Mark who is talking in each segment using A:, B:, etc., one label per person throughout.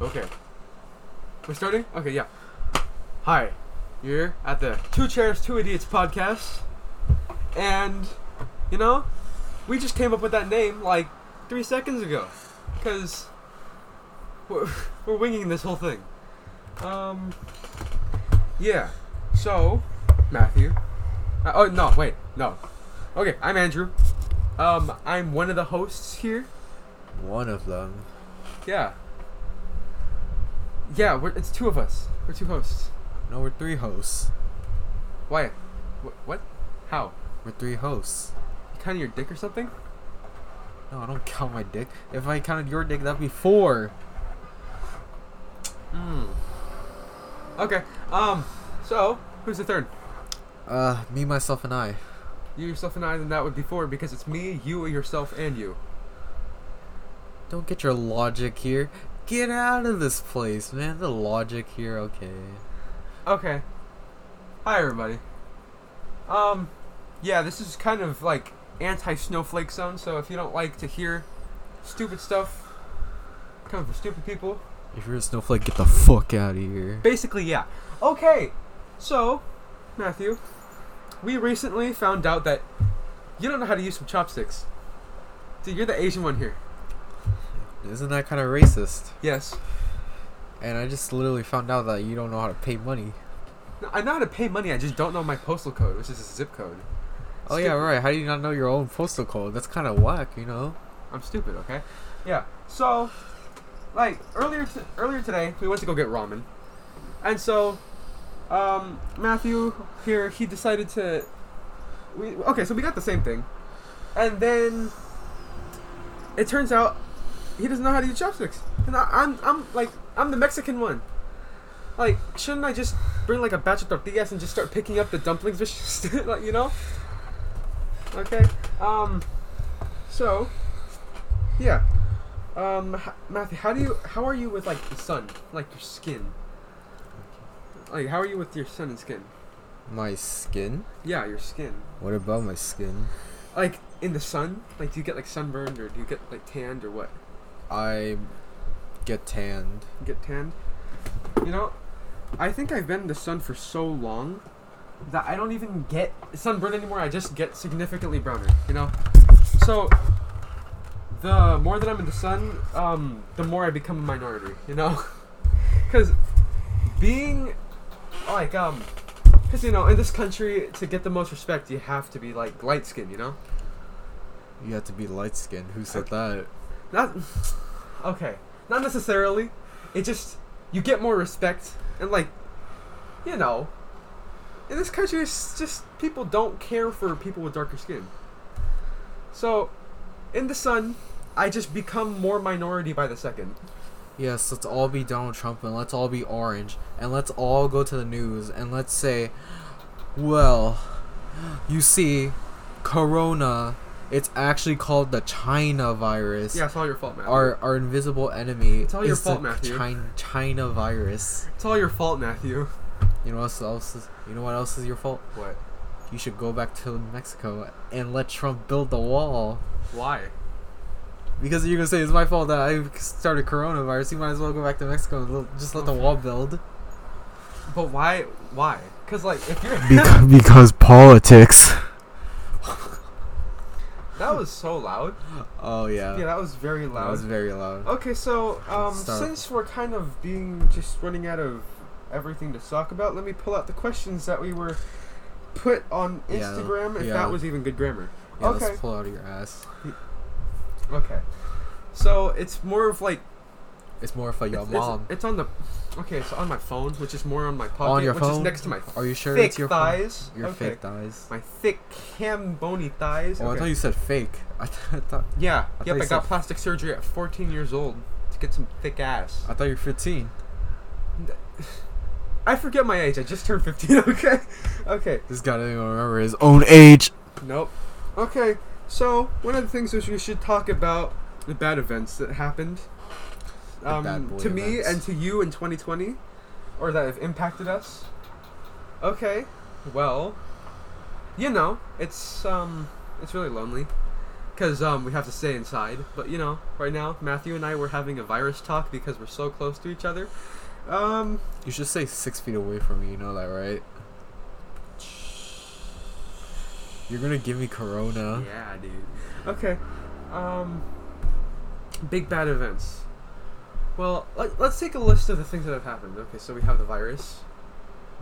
A: Okay. We're starting? Okay, yeah. Hi. You're at the Two Chairs, Two Idiots podcast. And, you know, we just came up with that name like three seconds ago. Because we're, we're winging this whole thing. Um, yeah. So, Matthew. Uh, oh, no, wait. No. Okay, I'm Andrew. Um, I'm one of the hosts here.
B: One of them.
A: Yeah. Yeah, we're, it's two of us. We're two hosts.
B: No, we're three hosts.
A: Why? What? what? How?
B: We're three hosts.
A: You counting your dick or something?
B: No, I don't count my dick. If I counted your dick, that'd be four.
A: Hmm. Okay. Um. So, who's the third?
B: Uh, me, myself, and I.
A: You, yourself, and I. Then that would be four because it's me, you, yourself, and you.
B: Don't get your logic here. Get out of this place, man. The logic here, okay.
A: Okay. Hi, everybody. Um. Yeah, this is kind of like anti-snowflake zone. So if you don't like to hear stupid stuff coming from stupid people,
B: If you're a snowflake, get the fuck out of here.
A: Basically, yeah. Okay, so, Matthew, we recently found out that you don't know how to use some chopsticks. Dude, you're the Asian one here.
B: Isn't that kind of racist?
A: Yes.
B: And I just literally found out that you don't know how to pay money.
A: No, I know how to pay money, I just don't know my postal code, which is a zip code.
B: Oh yeah,
A: Stupid.
B: right. How do you not know your own postal code? That's kind of whack, you know.
A: I'm stupid, okay? Yeah. So, like earlier t- earlier today, we went to go get ramen, and so um, Matthew here he decided to. We okay, so we got the same thing, and then it turns out he doesn't know how to use chopsticks, and I, I'm I'm like I'm the Mexican one. Like, shouldn't I just bring like a batch of tortillas and just start picking up the dumplings, just like you know? Okay. Um. So. Yeah. Um, h- Matthew, how do you how are you with like the sun, like your skin? Like how are you with your sun and skin?
B: My skin.
A: Yeah, your skin.
B: What about my skin?
A: Like in the sun, like do you get like sunburned or do you get like tanned or what?
B: I get tanned.
A: You get tanned? You know, I think I've been in the sun for so long that I don't even get sunburned anymore. I just get significantly browner. You know, so the more that I'm in the sun, um, the more I become a minority. You know, because being like um, because you know in this country to get the most respect you have to be like light skinned You know,
B: You have to be light skinned. Who said that?
A: not okay not necessarily it just you get more respect and like you know in this country it's just people don't care for people with darker skin so in the sun i just become more minority by the second
B: Yes, let's all be Donald Trump and let's all be orange and let's all go to the news and let's say, well, you see, Corona, it's actually called the China virus.
A: yeah it's all your fault matthew
B: Our, our invisible enemy
A: It's all your
B: is
A: fault,
B: the
A: Matthew.
B: China, China virus.
A: it's all your fault matthew
B: You know what else is, you know what else is your fault?
A: what
B: You should go back to Mexico and let Trump build the wall.
A: why
B: Because you're gonna say it's my fault that I started coronavirus. You might as well go back to Mexico and l- just let the wall build.
A: but why why because like if you're
B: because, because politics.
A: that was so loud
B: Oh yeah.
A: yeah that was very
B: that
A: loud
B: was very loud.
A: Okay, so um,
B: Start.
A: since we're kind of being just running out of everything to talk about, let me pull out the questions that we were put on
B: Yeah,
A: Instagram. if
B: yeah.
A: that was even good grammar.
B: Yeah,
A: okay.
B: Let's pull out of your ass.
A: Okay. So it's more of like
B: It's more for your
A: it's, it's-
B: mom.
A: It's, on the okay. It's on my phone, which is more on my pocket,
B: your
A: which is
B: phone?
A: next to my
B: Are you sure
A: thick
B: it's your phone?
A: thighs.
B: Your
A: okay.
B: fake thighs.
A: My thick ham bony thighs.
B: Oh, I
A: Okay.
B: thought you said fake. I, th- I thought
A: yeah.
B: I
A: yep.
B: thought you
A: I got
B: said-
A: plastic surgery at 14 years old to get some thick ass.
B: I thought you were 15.
A: I forget my age. I just turned 15. Okay. Okay.
B: This guy doesn't even remember his own age.
A: Nope. Okay, so one of the things which we should talk about the bad events that happened
B: The bad
A: um,
B: boy
A: to me
B: events.
A: and to you in 2020, or that have impacted us. Okay, well, you know, it's um, it's really lonely. because um, we have to stay inside. But you know, right now Matthew and I we're having a virus talk because we're so close to each other. Um,
B: You should stay six feet away from me. You know that, right? You're gonna give me corona.
A: yeah, dude. Okay. Um, big bad events. Well, let, let's take a list of the things that have happened. Okay, so we have the virus,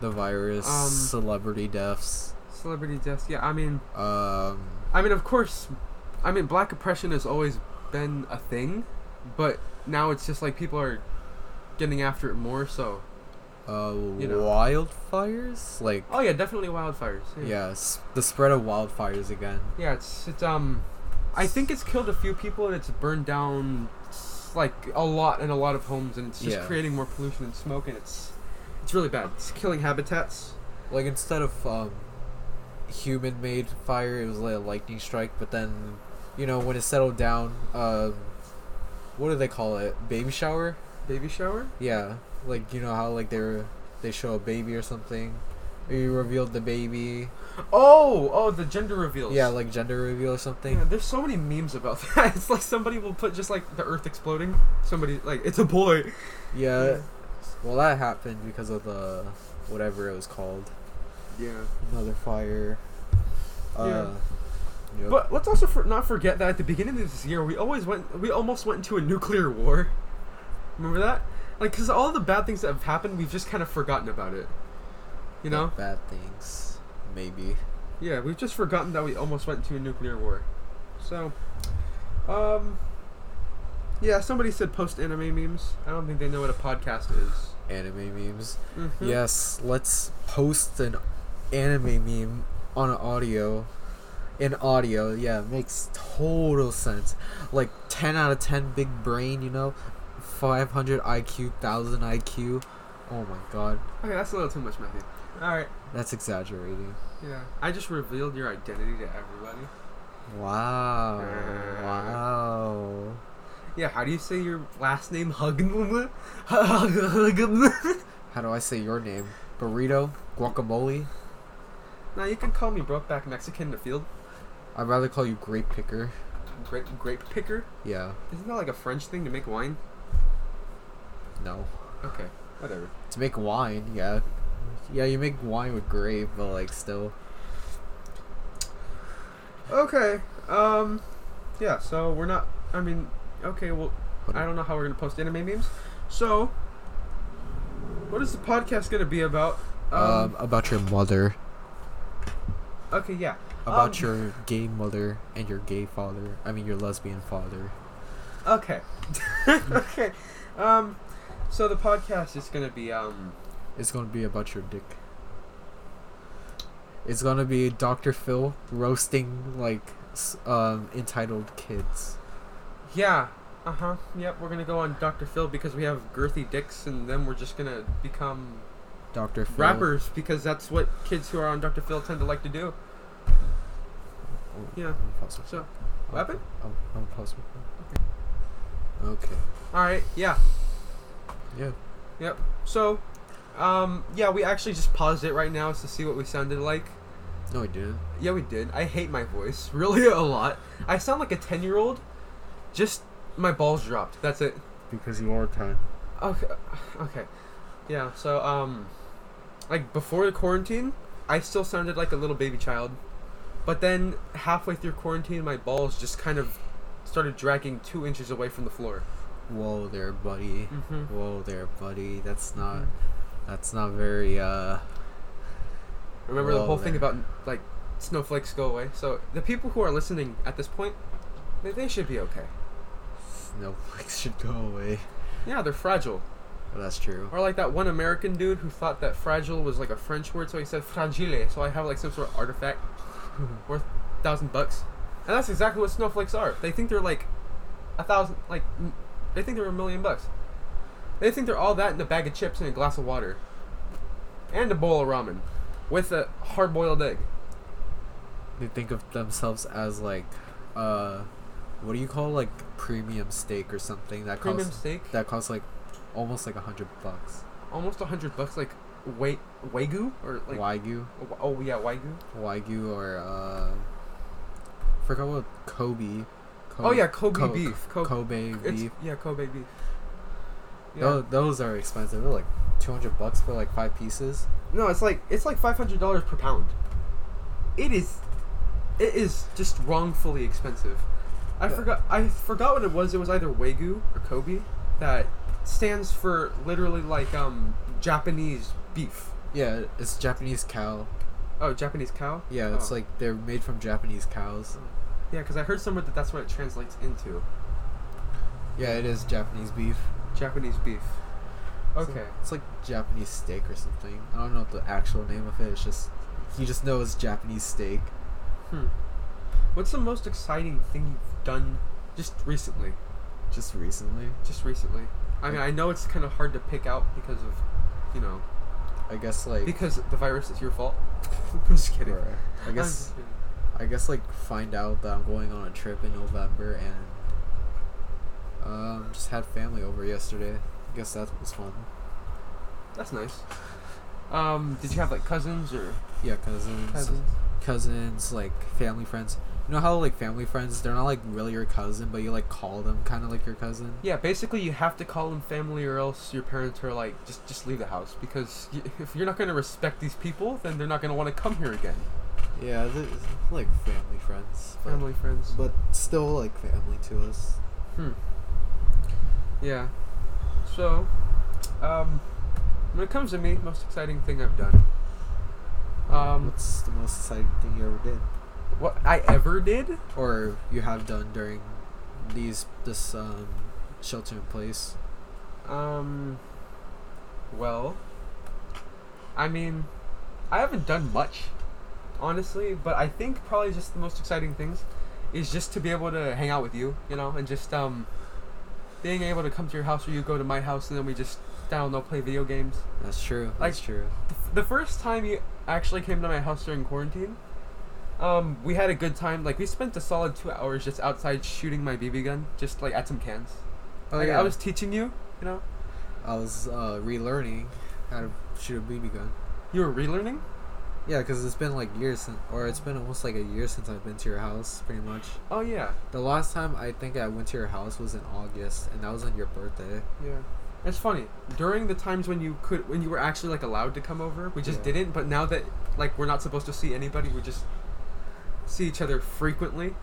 B: The virus,
A: Um,
B: celebrity deaths.
A: celebrity deaths. Yeah, I mean,
B: Um,
A: I mean, of course, I mean, black oppression has always been a thing, but now it's just like people are getting after it more. So,
B: uh,
A: You know.
B: wildfires. Like,
A: oh yeah, definitely wildfires.
B: yes, the spread of wildfires again.
A: Yeah, it's it's um, I think it's killed a few people and it's burned down s- like a lot in a lot of homes and it's just
B: Yeah.
A: creating more pollution and smoke and it's it's really bad. It's killing habitats.
B: Like instead of um, human-made fire, it was like a lightning strike. But then, you know, when it settled down, um, what do they call it? Baby shower.
A: Baby shower?
B: Yeah, like you know how like they were, they show a baby or something. Or you revealed the baby.
A: Oh, oh, the gender reveals.
B: Yeah, like gender reveal or something.
A: Yeah, there's so many memes about that. It's like somebody will put just like the Earth exploding. Somebody like it's a boy.
B: Yeah. Well, that happened because of the whatever it was called.
A: Yeah.
B: Another fire. Uh, yep.
A: But let's also for, not forget that at the beginning of this year, we always went, we almost went into a nuclear war. Remember that? Like, because all the bad things that have happened, we've just kind of forgotten about it. You know?
B: Like bad things. Maybe.
A: Yeah, we've just forgotten that we almost went into a nuclear war. So, um, yeah, somebody said post anime memes. I don't think they know what a podcast is.
B: Anime memes.
A: Mm-hmm.
B: Yes, let's post an anime meme on audio. In audio, yeah, it makes total sense. Like 10 out of 10 big brain, you know? 500 IQ, 1000 IQ. Oh my god.
A: Okay, that's a little too much, Matthew. All right.
B: That's exaggerating.
A: Yeah. I just revealed your identity to everybody.
B: Wow.
A: Uh.
B: Wow.
A: Yeah. How do you say your last name? Huggenlund? Huggenlund?
B: How do I say your name? Burrito? Guacamole?
A: Now you can call me Brokeback Mexican in the field.
B: I'd rather call you grape picker.
A: Grape grape picker.
B: Yeah.
A: Isn't that like a French thing to make wine?
B: No.
A: Okay, whatever.
B: To make wine, yeah. Yeah, you make wine with grape, but like still.
A: Okay. Um, yeah. So we're not. I mean, okay. Well, I don't know how we're gonna post anime memes. So, what is the podcast gonna be about?
B: Um, about your mother,
A: okay. Yeah.
B: about
A: um,
B: your gay mother and your gay father. I mean, your lesbian father.
A: Okay. okay. Um, so the podcast is gonna be um.
B: It's gonna be about your dick. It's gonna be Dr. Phil roasting like s- um entitled kids.
A: Yeah. Uh huh. Yep. We're gonna go on Dr. Phil because we have girthy dicks, and then we're just gonna become
B: Dr. Phil.
A: rappers because that's what kids who are on Dr. Phil tend to like to do. Yeah. So, what happened?
B: Oh, I'm, I'm pause Okay. Okay.
A: All right. Yeah.
B: Yeah.
A: Yep. So, um, yeah, we actually just paused it right now to see what we sounded like.
B: No, I didn't.
A: Yeah, we did. I hate my voice really a lot. I sound like a ten-year-old. Just my balls dropped. That's it.
B: Because you are time.
A: Okay. Okay. Yeah. So, um, like before the quarantine, I still sounded like a little baby child, but then halfway through quarantine, my balls just kind of started dragging two inches away from the floor.
B: Whoa there, buddy.
A: Mm-hmm.
B: Whoa there, buddy. That's not. That's not very. Uh.
A: Remember the
B: Whoa
A: whole thing
B: there.
A: about like snowflakes go away. So the people who are listening at this point, they, they should be okay.
B: Snowflakes should go away.
A: Yeah, they're fragile.
B: Well, that's true.
A: Or like that one American dude who thought that fragile was like a French word, so he said fragile. So I have like some sort of artifact worth a thousand bucks, and that's exactly what snowflakes are. They think they're like a thousand, like m- they think they're a million bucks. They think they're all that in a bag of chips and a glass of water, and a bowl of ramen, with a hard-boiled egg.
B: They think of themselves as like, uh, what do you call like premium steak or something that
A: Premium
B: costs
A: steak.
B: that costs like almost like a hundred bucks.
A: almost a hundred bucks, like wait, wagyu or like
B: Wagyu,
A: oh yeah, wagyu.
B: wagyu or uh, forgot what Kobe.
A: Oh, yeah, Kobe
B: Co-
A: beef. Co-
B: Kobe
A: It's,
B: beef.
A: yeah, Kobe beef. Yeah.
B: Tho- Those, are expensive. They're like two hundred bucks for like five pieces.
A: No, it's like it's like five hundred dollars per pound. It is, it is just wrongfully expensive. I
B: Yeah.
A: forgot. I forgot what it was. It was either wagyu or Kobe, that stands for literally like um Japanese beef.
B: Yeah, it's Japanese cow.
A: Oh, Japanese cow.
B: Yeah, it's
A: Oh.
B: like they're made from Japanese cows.
A: yeah, because I heard somewhere that that's what it translates into
B: Yeah, it is Japanese beef.
A: Japanese beef.
B: It's-
A: Okay.
B: It's like Japanese steak or something. I don't know what the actual name of it. It's just you just know it's Japanese steak.
A: Hmm. What's the most exciting thing you've done just recently?
B: Just recently,
A: Just recently. I mean, I know it's kind of hard to pick out because of, you know,
B: I guess like
A: Because the virus is your fault. I'm just kidding.
B: or, I
A: I'm
B: guess
A: just kidding.
B: I guess like find out that I'm going on a trip in November and um just had family over yesterday. I guess that was fun.
A: that's nice. Um, did you have like cousins or
B: Yeah, cousins,
A: cousins?
B: cousins, like family friends. You know how like family friends, they're not like really your cousin, but you like call them kind of like your cousin.
A: Yeah, basically you have to call them family or else your parents are like just just leave the house because y- if you're not going to respect these people, then they're not going to want to come here again.
B: Yeah, th- like family friends, but,
A: Family friends.
B: but still like family to us.
A: Hmm. Yeah. So, um, when it comes to me, most exciting thing I've done. Um,
B: what's the most exciting thing you ever did,
A: what I ever did?
B: or you have done during these this um shelter in place?
A: Um. Well, I mean, I haven't done much, honestly. But I think probably just the most exciting things is just to be able to hang out with you, you know, and just um, being able to come to your house or you go to my house and then we just I don't know play video games.
B: That's true.
A: Like-
B: That's true.
A: The first time you actually came to my house during quarantine, um, we had a good time. Like we spent a solid two hours just outside shooting my BB gun, just like at some cans.
B: Oh
A: Like,
B: yeah,
A: I was teaching you, you know.
B: I was uh, relearning how to shoot a BB gun.
A: You were relearning.
B: Yeah, because it's been like years since, or it's been almost like a year since I've been to your house, pretty much.
A: Oh yeah.
B: The last time I think I went to your house was in August, and that was on your birthday.
A: Yeah. It's funny. During the times when you could when you were actually like allowed to come over, we just
B: Yeah.
A: didn't, but now that like we're not supposed to see anybody, we just see each other frequently.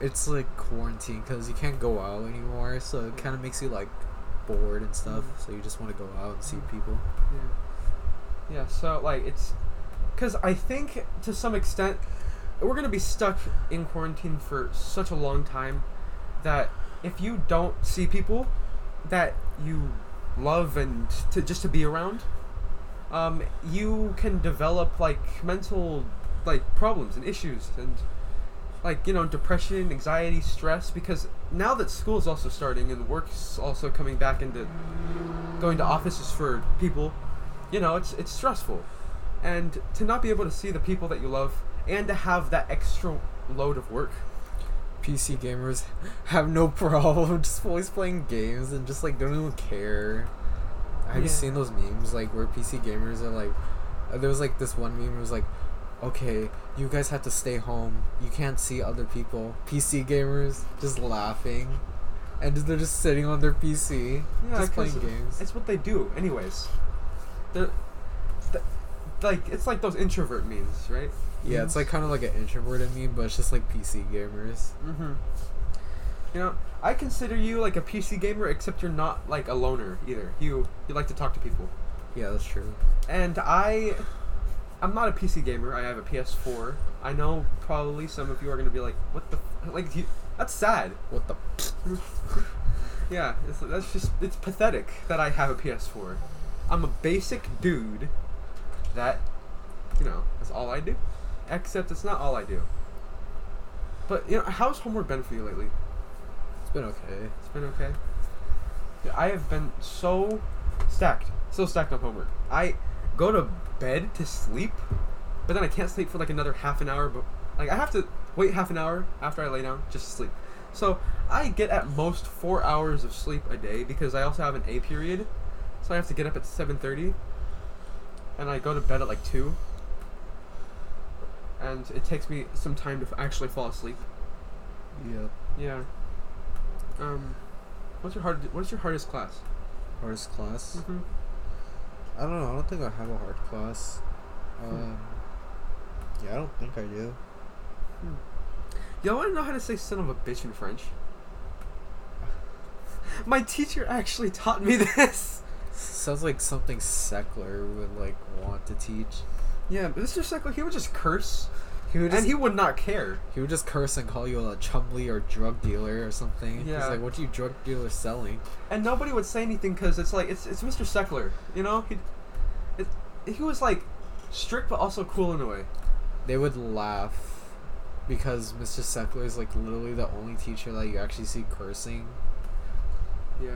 B: It's like quarantine because you can't go out anymore, so it kind of makes you like bored and stuff.
A: Mhm.
B: So you just want to go out and see people.
A: Yeah. Yeah, so like it's cuz I think to some extent we're going to be stuck in quarantine for such a long time that if you don't see people that you love and to just to be around um, you can develop like mental like problems and issues and like you know depression anxiety stress because now that school's also starting and work's also coming back into going to offices for people you know it's it's stressful and to not be able to see the people that you love and to have that extra load of work
B: PC gamers have no problem just always playing games and just like don't even care. Have you
A: Yeah.
B: seen those memes like where PC gamers are like? uh, There was like this one meme. It was like, okay, you guys have to stay home. You can't see other people. PC gamers just laughing, and they're just sitting on their PC,
A: Yeah,
B: just playing
A: 'cause
B: games.
A: It's what they do, anyways. They're, th- like it's like those introvert memes, right?
B: Yeah, it's like kind of like an introverted meme, but it's just like PC gamers.
A: Mm-hmm. You know, I consider you like a PC gamer, except you're not like a loner either. You you like to talk to people,
B: Yeah, that's true.
A: and I, I'm not a PC gamer. I have a PS4. I know probably some of you are gonna be like, what the f-? like you, that's sad.
B: What the?
A: Yeah, it's, that's just it's pathetic that I have a PS4. I'm a basic dude. That, you know, that's all I do. Except it's not all I do. But you know, how's homework been for you lately?
B: It's been okay.
A: It's been okay. Dude, I have been so stacked, so stacked on homework. I go to bed to sleep, but then I can't sleep for like another half an hour. But like I have to wait half an hour after I lay down just to sleep. So I get at most four hours of sleep a day because I also have an A period, so I have to get up at seven thirty, and I go to bed at like two. And it takes me some time to f- actually fall asleep.
B: Yep.
A: Yeah. Um, what's your hard? What's your hardest class?
B: Hardest class.
A: Mm-hmm.
B: Hmm. I don't know. I don't think I have a hard class. Um, yeah, I don't think I do.
A: Y'all want to know how to say "son of a bitch" in French? My teacher actually taught me this.
B: Sounds like something Seckler would like want to teach.
A: Yeah, Mr. Seckler, he would just curse,
B: He would just
A: and
B: he,
A: he would not care.
B: would just curse and call you a chumley or drug dealer or something.
A: Yeah.
B: He's like, what you drug dealer selling?
A: and nobody would say anything because it's like it's it's Mr. Seckler, you know. He, it, he was like strict but also cool in a way.
B: They would laugh because Mr. Seckler is like literally the only teacher that you actually see cursing.
A: Yeah.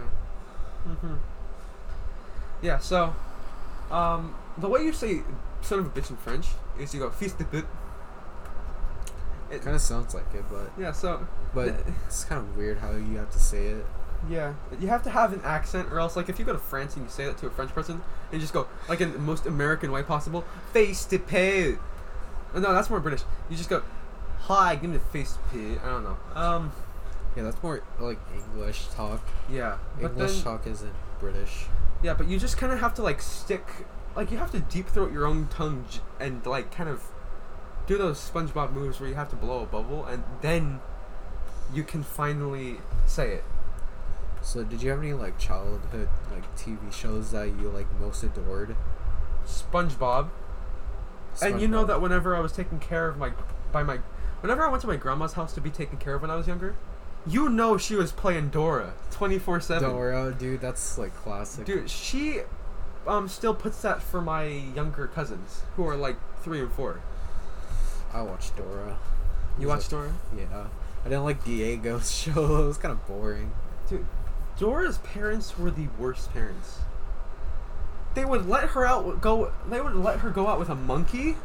B: Mm-hmm.
A: hmm Yeah. So, um, the way you say "son of a bitch" in French is you go "fils de pute." It-
B: Kind of sounds like it, but
A: yeah. So.
B: but it's kind of weird how you have to say it.
A: Yeah, you have to have an accent, or else like if you go to France and you say that to a French person, and you just go like in the most American way possible, face to pay. No, that's more British. You just go, hi, give me the face to pay. I don't know. Um,
B: Yeah, that's more like English talk.
A: yeah, but
B: English
A: then
B: talk isn't British.
A: yeah, but you just kind of have to like stick, like you have to deep throat your own tongue j- and like kind of do those SpongeBob moves where you have to blow a bubble and then you can finally say it.
B: So, did you have any like childhood like TV shows that you like most adored?
A: SpongeBob. And you know
B: SpongeBob.
A: that whenever I was taken care of my by my whenever I went to my grandma's house to be taken care of when I was younger, you know she was playing Dora 24/7.
B: Dora, dude, that's like classic.
A: Dude, she um still puts that for my younger cousins who are like 3 and 4.
B: I watched Dora.
A: You
B: It was
A: watch Dora?
B: a- Yeah, I didn't like Diego's show. It was kind of boring.
A: Dude, Dora's parents were the worst parents. They would let her out go they would let her go out with a monkey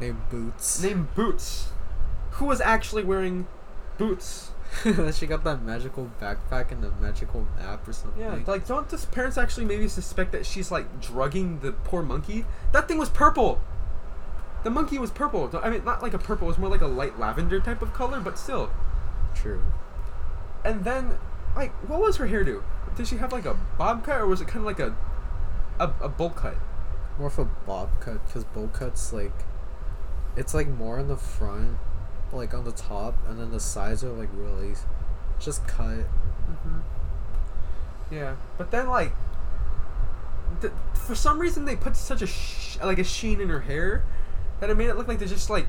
B: Named Boots.
A: named Boots who was actually wearing boots.
B: she got that magical backpack and the magical map or something.
A: Yeah, like don't the parents actually maybe suspect that she's like drugging the poor monkey? That thing was purple. The monkey was purple. Don't- I mean, not like a purple. It was more like a light lavender type of color, but still.
B: true.
A: And then, like, what was her hairdo? Did she have like a bob cut, or was it kind of like a, a, a bowl cut?
B: More of a bob cut because bowl cuts like, it's like more in the front, like on the top, and then the sides are like really, just cut.
A: Mm-hmm. Yeah, but then like, th- for some reason they put such a sh- like a sheen in her hair that it made it look like they just like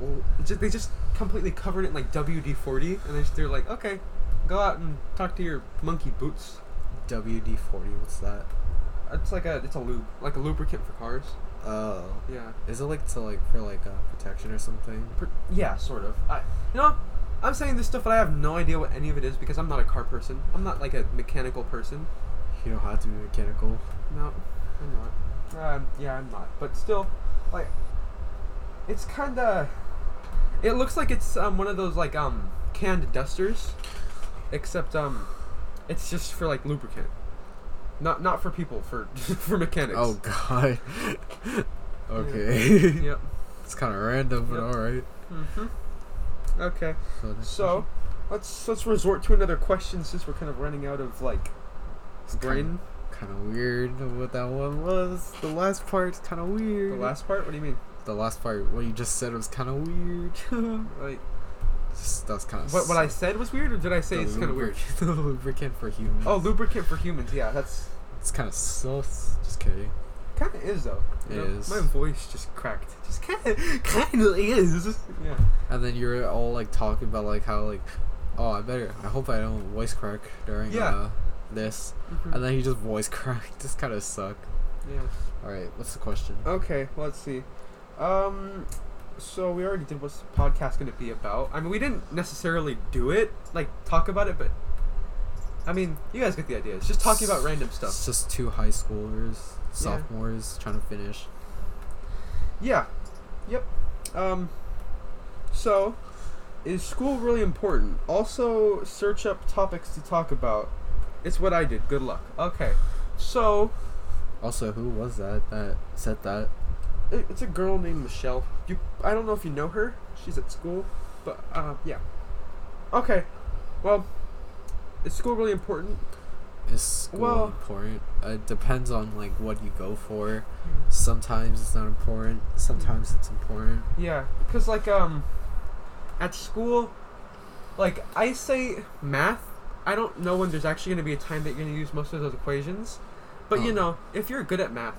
B: Well,
A: just, they just completely covered it in like WD forty, and they just, they're like, okay, go out and talk to your monkey boots.
B: WD forty. What's that?
A: It's like a it's a lube, like a lubricant for cars.
B: Oh,
A: Yeah,
B: is it like to like for like uh, protection or something?
A: Pr- yeah, sort of. I, you know, I'm saying this stuff, but I have no idea what any of it is because I'm not a car person. I'm not like a mechanical person.
B: You don't have to be mechanical.
A: No, I'm not. Um, yeah, I'm not. But still, like, it's kind of. It looks like it's um, one of those like um canned dusters, except um, it's just for like lubricant. Not not for people for for mechanics.
B: Oh god. okay.
A: Yep.
B: it's kind of random, but
A: Yep.
B: all right.
A: hmm Okay.
B: So, next
A: So,
B: question.
A: let's let's resort to another question since we're kind of running out of like
B: It's
A: brain.
B: kind of weird what that one was. The last part's kind of weird.
A: The last part. What do you mean?
B: the last part, what you just said was kind of weird.
A: Like,
B: Just- That's kind of.
A: what what I said was weird, or did I say it's kind of weird?
B: the lubricant for humans.
A: Oh, lubricant for humans. Yeah, that's
B: it's kind of sus. Just kidding.
A: Kind of is though.
B: It
A: You know,
B: is.
A: My voice just cracked. Just kind of, kind of is. Yeah.
B: And then you're all like talking about like how like, oh, I better. I hope I don't voice crack during
A: Yeah.
B: uh, this.
A: Mm-hmm.
B: And then he just voice cracked. Just kind of suck.
A: yeah.
B: All right, what's the question?
A: Okay. Let's see. Um, so we already did what's the podcast going to be about. I mean, we didn't necessarily do it, like talk about it, but I mean, you guys get the idea. It's just talking about random stuff.
B: It's just two high schoolers, sophomores trying to finish.
A: Yeah. Yep. Um. So, is school really important? Also, search up topics to talk about. It's what I did. Good luck. Okay. So,
B: Also, who was that that said that?
A: It- It's a girl named Michelle. You, I don't know if you know her. She's at school, but uh, yeah. Okay. Well, is school really important?
B: Is school
A: Well-
B: important? It depends on like what you go for. Sometimes it's not important. Sometimes it's important.
A: Yeah, because like um, at school, like I say math. I don't know when there's actually going to be a time that you're going to use most of those equations, but you
B: Oh.
A: know, if you're good at math,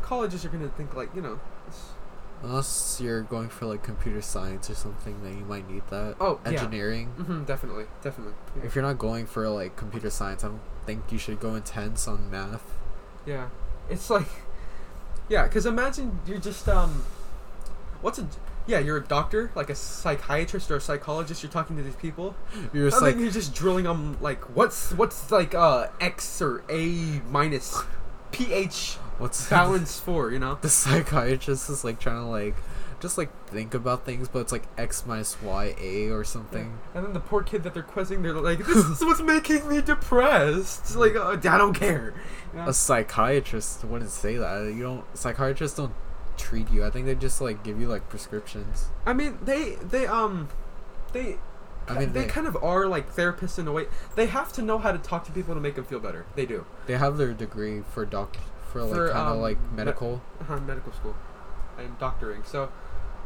A: colleges are going to think like you know. It's,
B: Unless you're going for like computer science or something, then you might need that.
A: Oh, yeah.
B: engineering.
A: hmm definitely, definitely. Yeah.
B: If you're not going for like computer science, I don't think you should go intense on math.
A: Yeah, it's like, yeah, because imagine you're just um, what's a yeah, you're a doctor, like a psychiatrist or a psychologist. You're talking to these people.
B: You're
A: I
B: just like
A: think you're just drilling them like what's what's like uh X or A minus pH
B: what's
A: balance for you know
B: the psychiatrist is like trying to like just like think about things, but it's like X minus Y A or something.
A: and then the poor kid that they're quizzing they're like this is what's making me depressed It's like uh, I don't care you know?
B: A psychiatrist wouldn't say that. You don't psychiatrists don't treat you. I think they just like give you like prescriptions.
A: I mean they they um they
B: I mean
A: they,
B: they they,
A: kind of are like therapists in a way they have to know how to talk to people to make them feel better they do
B: have their degree for doc for like
A: For,
B: kind of
A: um,
B: like
A: me-
B: medical.
A: uh, medical school and doctoring. So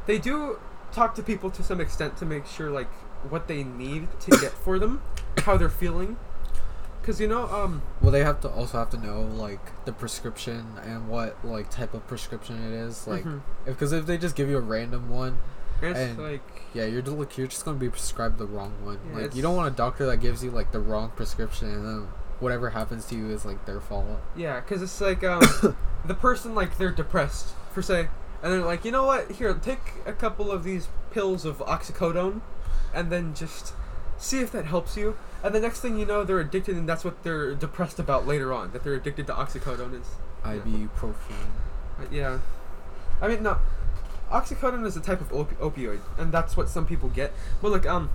A: they do talk to people to some extent to make sure like what they need to get for them, how they're feeling. Cause you know, um,
B: Well, they have to also have to know like the prescription and what like type of prescription it is. Like,
A: Mhm.
B: because if they just give you a random one,
A: it's
B: And-
A: like
B: yeah, you're just, like you're just gonna be prescribed the wrong one.
A: Yeah,
B: like,
A: it's-
B: you don't want a doctor that gives you like the wrong prescription and then whatever happens to you is like their fault.
A: yeah, cause it's like um, the person like they're depressed per se, and they're like, you know what? Here, take a couple of these pills of oxycodone, and then just see if that helps you. And the next thing you know, they're addicted, and that's what they're depressed about later on. That they're addicted to oxycodone. It's
B: Ibuprofen.
A: Uh, Yeah. I mean, no. Oxycodone is a type of op- opioid, and that's what some people get. But look, um,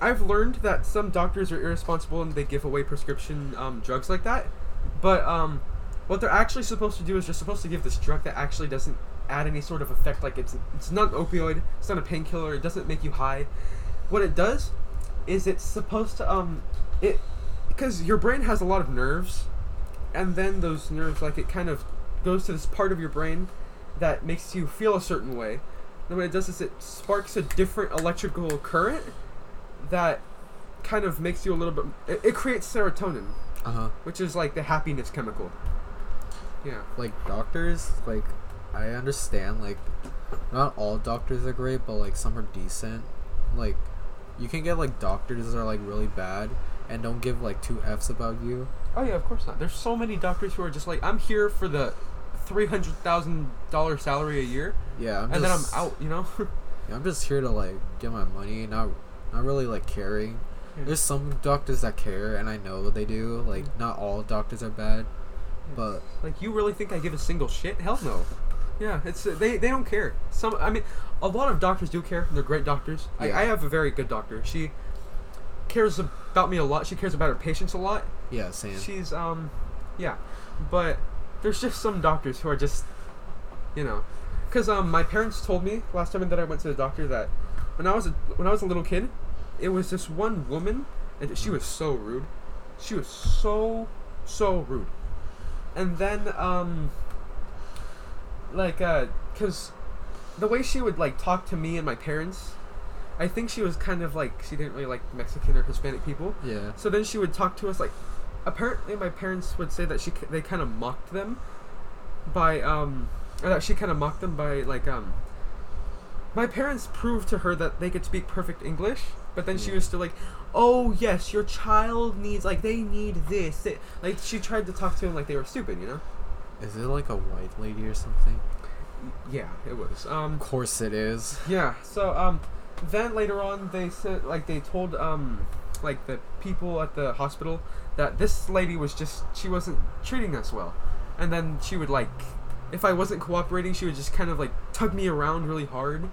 A: I've learned that some doctors are irresponsible and they give away prescription um, drugs like that. But um, what they're actually supposed to do is they're supposed to give this drug that actually doesn't add any sort of effect. Like it's it's not an opioid, it's not a painkiller, it doesn't make you high. What it does is it's supposed to um, it because your brain has a lot of nerves and then those nerves like it kind of goes to this part of your brain that makes you feel a certain way and what it does is it sparks a different electrical current that kind of makes you a little bit it, it creates serotonin
B: Uh huh.
A: which is like the happiness chemical yeah
B: Like doctors, like I understand like not all doctors are great, but like some are decent. Like you can get like doctors that are like really bad and don't give like two f's about you.
A: oh yeah of course not there's so many doctors who are just like i'm here for the $300000 salary a year
B: Yeah, I'm
A: and then i'm
B: just-
A: out you know
B: Yeah, I'm just here to like get my money, not not really like caring.
A: Yeah.
B: There's some doctors that care, and I know they do. Like not all doctors are bad, but
A: Like, you really think I give a single shit? Hell no. Yeah, it's uh, they, they don't care. Some I mean, a lot of doctors do care. and They're great doctors.
B: Yeah.
A: I, I have a very good doctor. She cares about me a lot. She cares about her patients a lot.
B: yeah, Sam.
A: She's um, yeah, but there's just some doctors who are just, you know, because um, my parents told me last time that I went to the doctor that when I was a, when I was a little kid, it was this one woman and she was so rude, she was so so rude, and then um, like uh, cause the way she would like talk to me and my parents. I think she was kind of like she didn't really like Mexican or Hispanic people.
B: yeah,
A: So then she would talk to us like, apparently my parents would say that she ki- they kind of mocked them, by um, or that she kind of mocked them by like um. My parents proved to her that they could speak perfect English, but then she
B: Yeah.
A: was still like, "Oh yes, your child needs like they need this." It, like she tried to talk to them like they were stupid, you know?
B: is it like a white lady or something?
A: Yeah, it was. Um,
B: Of course it is.
A: Yeah. So um, then later on, they said like they told um, like the people at the hospital that this lady was just she wasn't treating us well, and then she would like, if I wasn't cooperating, she would just kind of like tug me around really hard.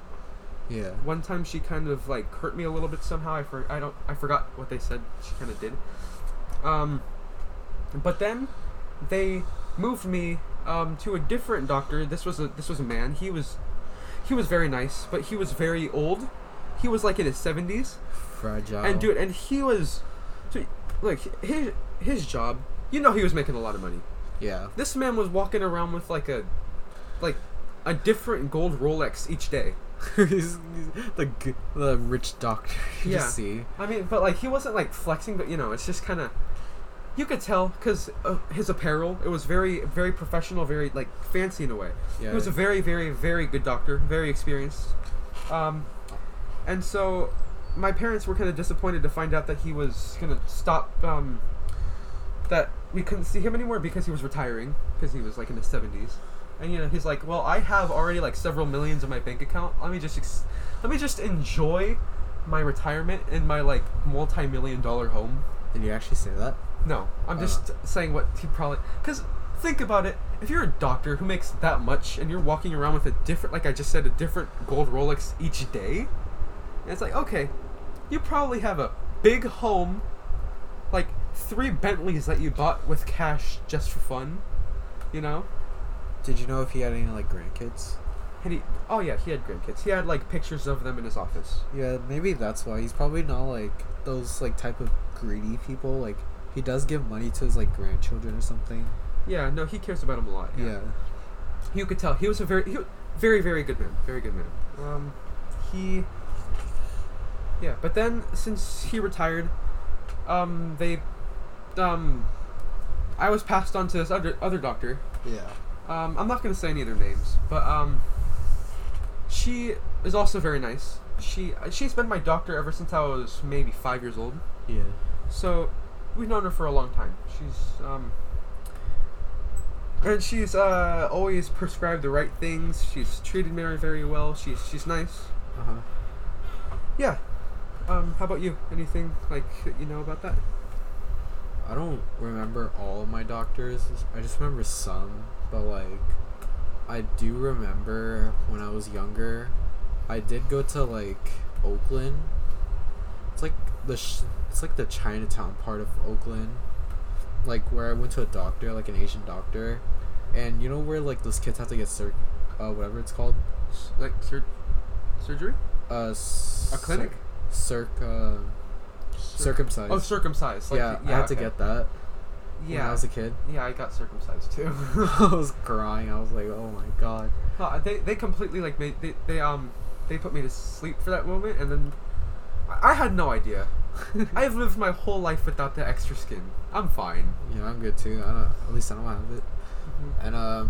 B: Yeah,
A: One time she kind of like hurt me a little bit somehow. I for I don't I forgot what they said. She kind of did. Um, but then they moved me um, to a different doctor. This was a this was a man. He was he was very nice, but he was very old, he was like in his seventies,
B: Fragile.
A: and dude, and he was, dude, like his his job. You know, he was making a lot of money.
B: Yeah.
A: This man was walking around with like a, like, a different gold Rolex each day.
B: he's, he's the g- the rich doctor you
A: Yeah.
B: see.
A: I mean, but like he wasn't like flexing, but you know, it's just kind of. You could tell because uh, his apparel. It was very, very professional, very like fancy in a way.
B: Yeah.
A: He was a very, very, very good doctor, very experienced. Um, and so my parents were kind of disappointed to find out that he was going to stop, um, that we couldn't see him anymore because he was retiring, because he was like in his 70s. And you know, he's like, well, I have already like several millions in my bank account. Let me just, ex- let me just enjoy my retirement in my like multi-million dollar home.
B: Did you actually say that?
A: No, I'm
B: Oh.
A: just saying what he probably. Because think about it. If you're a doctor who makes that much and you're walking around with a different, like I just said, a different gold Rolex each day, and it's like, okay, you probably have a big home, like three Bentleys that you bought with cash just for fun, you know?
B: Did you know if he had any like grandkids?
A: And he, oh yeah, he had grandkids. He had like pictures of them in his office.
B: Yeah, maybe that's why he's probably not like those like type of greedy people. Like he does give money to his like grandchildren or something.
A: Yeah, no, he cares about them a lot.
B: Yeah.
A: you could tell he was a very he, wa- very very good man very good man um he yeah but then since he retired um they um i was passed on to this other other doctor
B: Yeah.
A: um i'm not gonna say any of their names but um she is also very nice she she's been my doctor ever since i was maybe five years old
B: Yeah.
A: so we've known her for a long time. She's um and she's uh always prescribed the right things. She's treated Mary very well. She's she's nice.
B: Uh huh.
A: Yeah. Um how about you? Anything like that you know about that?
B: I don't remember all of my doctors. I just remember some, but like, I do remember when I was younger, I did go to like Oakland. It's like the sh- it's like the Chinatown part of Oakland, like where I went to a doctor, like an Asian doctor, and you know where like those kids have to get cir- uh whatever it's called,
A: S- like sur- surgery?
B: uh s-
A: A clinic?
B: cir- circ uh, circumcised.
A: Oh, circumcised. Like,
B: yeah, I had to
A: okay.
B: get that
A: Yeah.
B: when I was a kid.
A: yeah, I got circumcised too.
B: I was crying. I was like, "Oh my god!"
A: No, they they completely like made they, they um they put me to sleep for that moment and then I I had no idea. I've lived my whole life without the extra skin. I'm fine.
B: yeah, I'm good too. I don't, at least I don't have it. And um,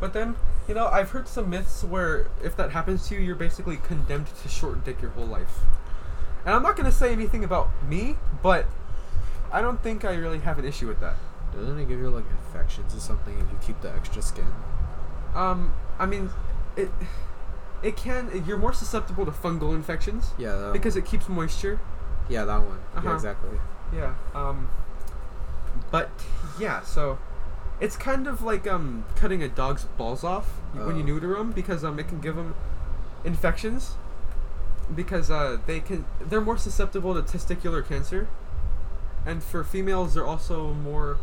A: But then, you know, I've heard some myths where if that happens to you, you're basically condemned to short dick your whole life. And I'm not gonna say anything about me, but I don't think I really have an issue with that.
B: doesn't it give you like infections or something if you keep the extra skin?
A: Um, I mean, it it can you're more susceptible to fungal infections
B: Yeah, that
A: because it keeps moisture.
B: yeah, that one.
A: Uh-huh.
B: Yeah, exactly.
A: Yeah. Um, but yeah, so it's kind of like um cutting a dog's balls off when you
B: Oh.
A: neuter them because um it can give them infections because uh they can they're more susceptible to testicular cancer, and for females they're also more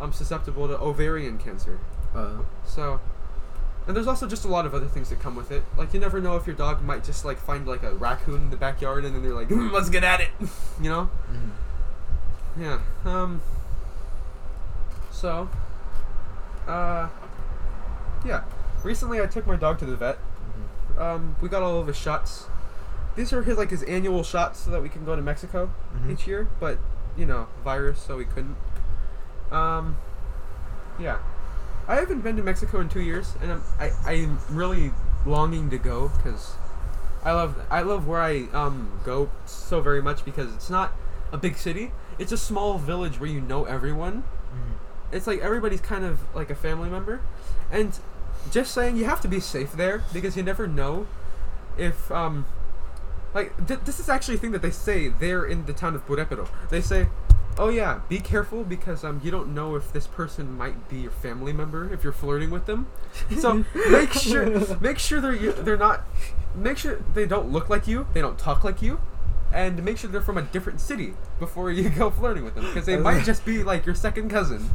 A: um susceptible to ovarian cancer.
B: Uh,
A: So. And there's also just a lot of other things that come with it. Like you never know if your dog might just like find like a raccoon in the backyard and then they're like, "Mm, "Let's get at it," you know.
B: mhm.
A: Yeah. Um. So. Uh. Yeah. Recently, I took my dog to the vet.
B: Mm-hmm.
A: Um, we got all of his shots. These are his like his annual shots, so that we can go to Mexico
B: Mhm.
A: each year. But you know, virus, so we couldn't. Um. Yeah. I haven't been to Mexico in two years, and I'm I, I'm really longing to go because I love I love where I um go so very much because it's not a big city. It's a small village where you know everyone.
B: Mhm.
A: It's like everybody's kind of like a family member, and just saying you have to be safe there because you never know if um like th- this is actually a thing that they say there in the town of Purépero. They say, "Oh yeah, be careful because um you don't know if this person might be your family member if you're flirting with them." So make sure make sure they're they're not make sure they don't look like you, they don't talk like you, and make sure they're from a different city before you go flirting with them because they might just be like your second cousin.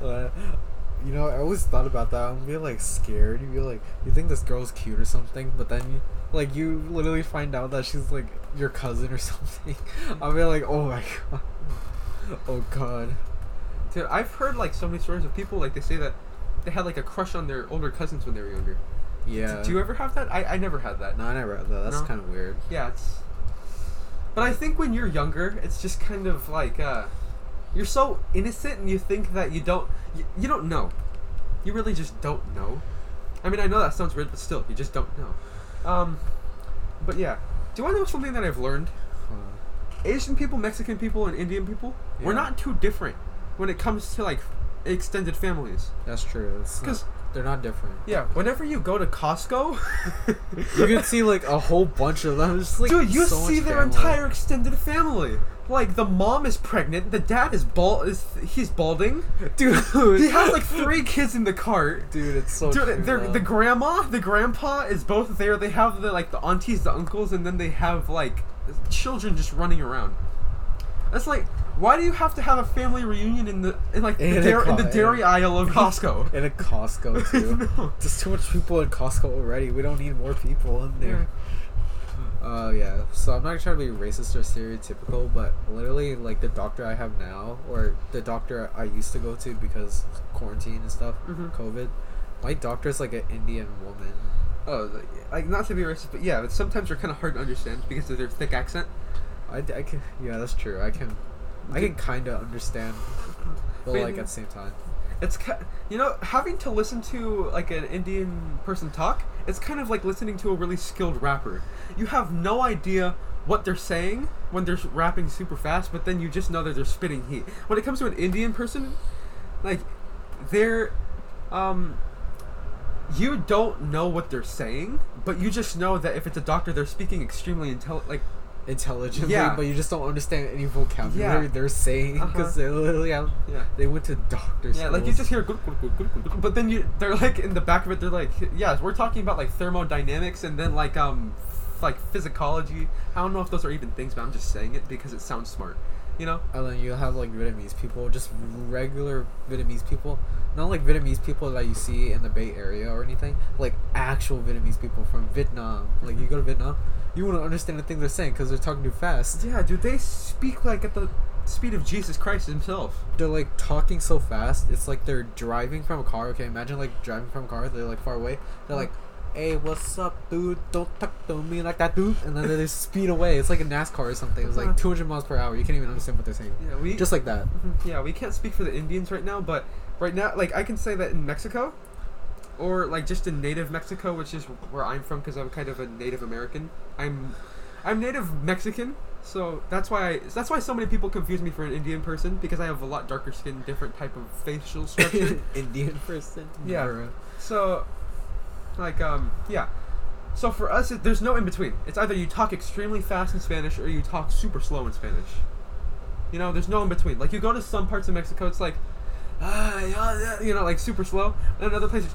B: Uh, Mm-hmm. You know, I always thought about that. I'd be like scared. You'd be like, you think this girl's cute or something, but then you, like, you literally find out that she's like your cousin or something. I'll be like, oh my god, oh god.
A: Dude, I've heard like so many stories of people like they say that they had like a crush on their older cousins when they were younger.
B: Yeah.
A: Do you ever have that? I, I never had that.
B: No, I never had that. That's
A: No?
B: kind of weird.
A: Yeah, it's. But I think when you're younger, it's just kind of like uh, you're so innocent, and you think that you don't you, you don't know. You really just don't know. I mean, I know that sounds weird, but still, you just don't know. Um, but yeah, do you want to know something that I've learned?
B: Huh.
A: Asian people, Mexican people, and Indian people, we're
B: Yeah.
A: not too different when it comes to like extended families.
B: That's true. It's not-
A: 'Cause-
B: they're not different.
A: Yeah, whenever you go to Costco,
B: You can see like a whole bunch of them. It's, like,
A: Dude, you
B: so
A: see
B: much
A: their
B: family.
A: entire extended family. Like the mom is pregnant, the dad is bald. Is he's balding?
B: dude.
A: He has like three kids in the cart.
B: Dude, it's so. true,
A: Dude, they're-
B: though.
A: the grandma, the grandpa is both there. They have the like the aunties, the uncles, and then they have like children just running around. That's like, why do you have to have a family reunion in the in like
B: In
A: the,
B: a
A: dairy, in
B: co-
A: the dairy aisle of Costco?
B: And a Costco too.
A: No.
B: There's too much people in Costco already. We don't need more people in there. Oh yeah. So I'm not trying to be racist or stereotypical, but literally like the doctor I have now, or the doctor I used to go to because quarantine and stuff,
A: Mhm.
B: COVID. My doctor's like an Indian woman.
A: Oh, like- like not to be racist, but yeah, but sometimes they're kind of hard to understand because of their thick accent.
B: I, d- I can yeah that's true. I can I can kind of understand, but
A: Wait,
B: like at the same time.
A: It's ki- you know having to listen to like an Indian person talk. It's kind of like listening to a really skilled rapper. You have no idea what they're saying when they're rapping super fast, but then you just know that they're spitting heat. When it comes to an Indian person, like they're um you don't know what they're saying, but you just know that if it's a doctor, they're speaking extremely intelligent. Like
B: intelligently,
A: Yeah.
B: but you just don't understand any vocabulary
A: Yeah.
B: they're saying because they literally have,
A: yeah.
B: they went to doctors.
A: Yeah, like you just hear, "Gulp, gulp, gulp, gulp, gulp, gulp," but then you they're like in the back of it. They're like, yeah, we're talking about like thermodynamics and then like um f- like physicology. I don't know if those are even things, but I'm just saying it because it sounds smart. You know?
B: And then you'll have like Vietnamese people, just regular Vietnamese people, not like Vietnamese people that you see in the Bay Area or anything. Like actual Vietnamese people from Vietnam. Like you go to Vietnam, you wouldn't understand the thing they're saying because they're talking too fast.
A: Yeah, dude, they speak like at the speed of Jesus Christ himself.
B: They're like talking so fast. It's like they're driving from a car. Okay, imagine like driving from a car. They're like far away. They're like. Hey, what's up, dude? Don't talk to me like that, dude. And then they just speed away. It's like a NASCAR or something. It's like 200 miles per hour. You can't even understand what they're saying.
A: Yeah, we
B: Just like that.
A: yeah we can't speak for the Indians right now, but right now like I can say that in Mexico, or like just in native Mexico, which is where I'm from because I'm kind of a Native American. I'm I'm Native Mexican, so that's why I, that's why so many people confuse me for an Indian person because I have a lot darker skin, different type of facial structure.
B: Indian person.
A: Yeah.
B: Or-
A: so, like um yeah. So for us, it, there's no in between. It's either you talk extremely fast in Spanish or you talk super slow in Spanish. You know, there's no in between. Like you go to some parts of Mexico, it's like, ah, yeah, yeah," you know, like super slow, and another place, it's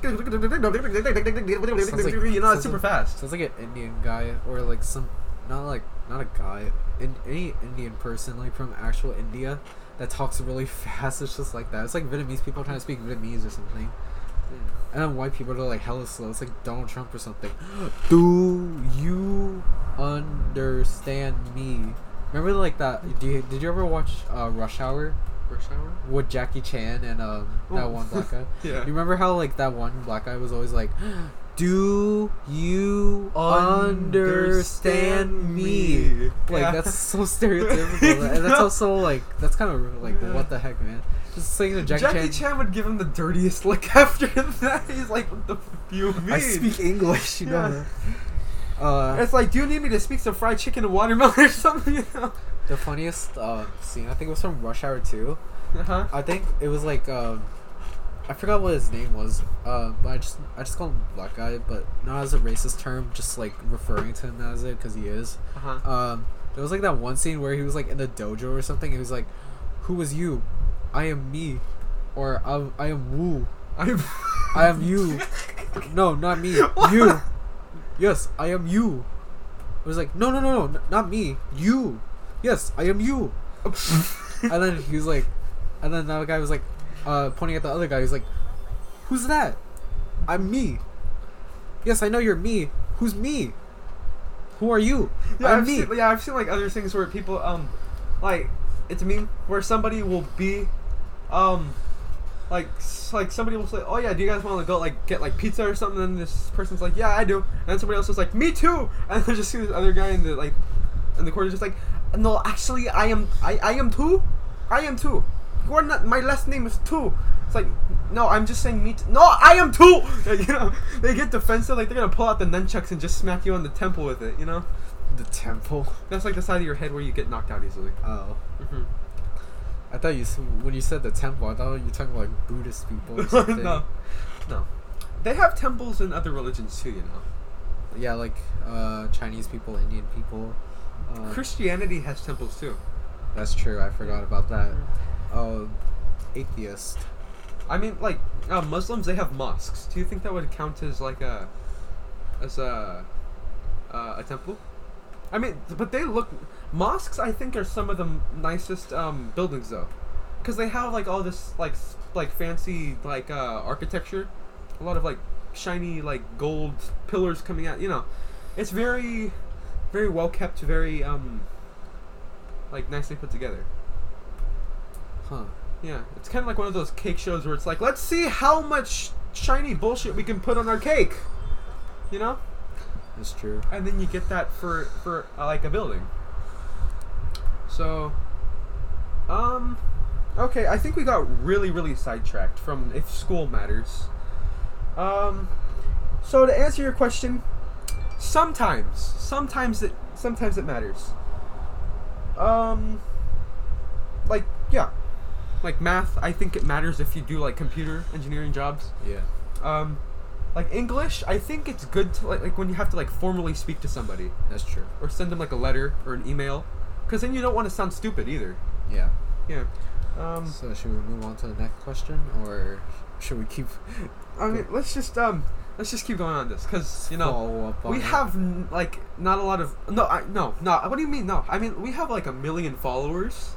B: like-
A: you know, it's
B: sounds
A: super
B: like-
A: fast.
B: Sounds like an Indian guy or like some, not like not a guy, in, any Indian person like from actual India that talks really fast. It's just like that. It's like Vietnamese people trying to speak Vietnamese or something. And then white people are like hella slow. It's like Donald Trump or something. Do you understand me? Remember like that? Do you, did you ever watch uh, Rush Hour
A: Rush hour.
B: with Jackie Chan and um, that
A: Oh.
B: one black guy?
A: Yeah.
B: You remember how like that one black guy was always like, "Do you understand me?" Like
A: Yeah.
B: that's so stereotypical, and that's
A: No.
B: also like that's kind of like
A: Yeah.
B: what the heck, man. Just saying to Jackie,
A: Jackie
B: Chan,
A: Chan. would give him the dirtiest look after that. He's like, "What the f- you mean?"
B: I speak English, you
A: Yeah.
B: know. Uh,
A: It's like, do you need me to speak some fried chicken and watermelon or something? You know?
B: the funniest uh, scene I think it was from Rush Hour Two.
A: Uh-huh.
B: I think it was like um, I forgot what his name was. Uh, but I just I just call him black guy, but not as a racist term, just like referring to him as it because he is.
A: Uh-huh.
B: um there was like that one scene where he was like in the dojo or something he was like who was you i am me or i, I am wu
A: I'm.
B: i am you no not me you yes i am you i was like no no no no n- not me you yes i am you and then he was like and then that guy was like uh pointing at the other guy he was like Who's that? I'm me. Yes, I know you're me. Who's me? Who are you?
A: Yeah,
B: I'm
A: I've
B: me.
A: seen, yeah, I've seen like other things where people um, like it's a meme where somebody will be, um, like s- like somebody will say, oh yeah, do you guys want to go like get like pizza or something? And this person's like, yeah, I do. And then somebody else is like, me too. And then just see this other guy in the like, in the corner just like, no, actually, I am I I am too, I am too. You're not. My last name is too. It's like, no, I'm just saying me. Too. No, I am too. you know, they get defensive. Like they're gonna pull out the nunchucks and just smack you on the temple with it. You know.
B: The temple.
A: That's like the side of your head where you get knocked out easily.
B: Oh.
A: Mm-hmm.
B: I thought you s- when you said the temple, I thought you were talking about like Buddhist people or something.
A: no, no. They have temples in other religions too, you know.
B: Yeah, like uh, Chinese people, Indian people. Uh,
A: Christianity has temples too. Mm-hmm.
B: That's true. I forgot about that. Oh, atheist.
A: I mean, like uh, Muslims, they have mosques. Do you think that would count as like a, as a, uh, a temple? I mean, but they look mosques. I think are some of the m- nicest um, buildings though, because they have like all this like s- like fancy like uh, architecture, a lot of like shiny like gold pillars coming out. You know, it's very, very well kept. Very um, like nicely put together.
B: Huh.
A: Yeah, it's kind of like one of those cake shows where it's like, let's see how much shiny bullshit we can put on our cake, you know?
B: That's true.
A: And then you get that for for uh, like a building. So, um, okay, I think we got really really sidetracked from if school matters. Um, so to answer your question, sometimes, sometimes it sometimes it matters. Um, like yeah, like math. I think it matters if you do like computer engineering jobs
B: Yeah.
A: um, like English, I think it's good to like, like when you have to like formally speak to somebody
B: That's true.
A: or send them like a letter or an email, because then you don't want to sound stupid either.
B: Yeah.
A: Yeah. Um,
B: So should we move on to the next question, or should we keep
A: I mean, let's just um, let's just keep going on this, because you know
B: follow up on
A: we
B: it?
A: have n- like not a lot of no, I, no, no. What do you mean no? I mean we have like a million followers,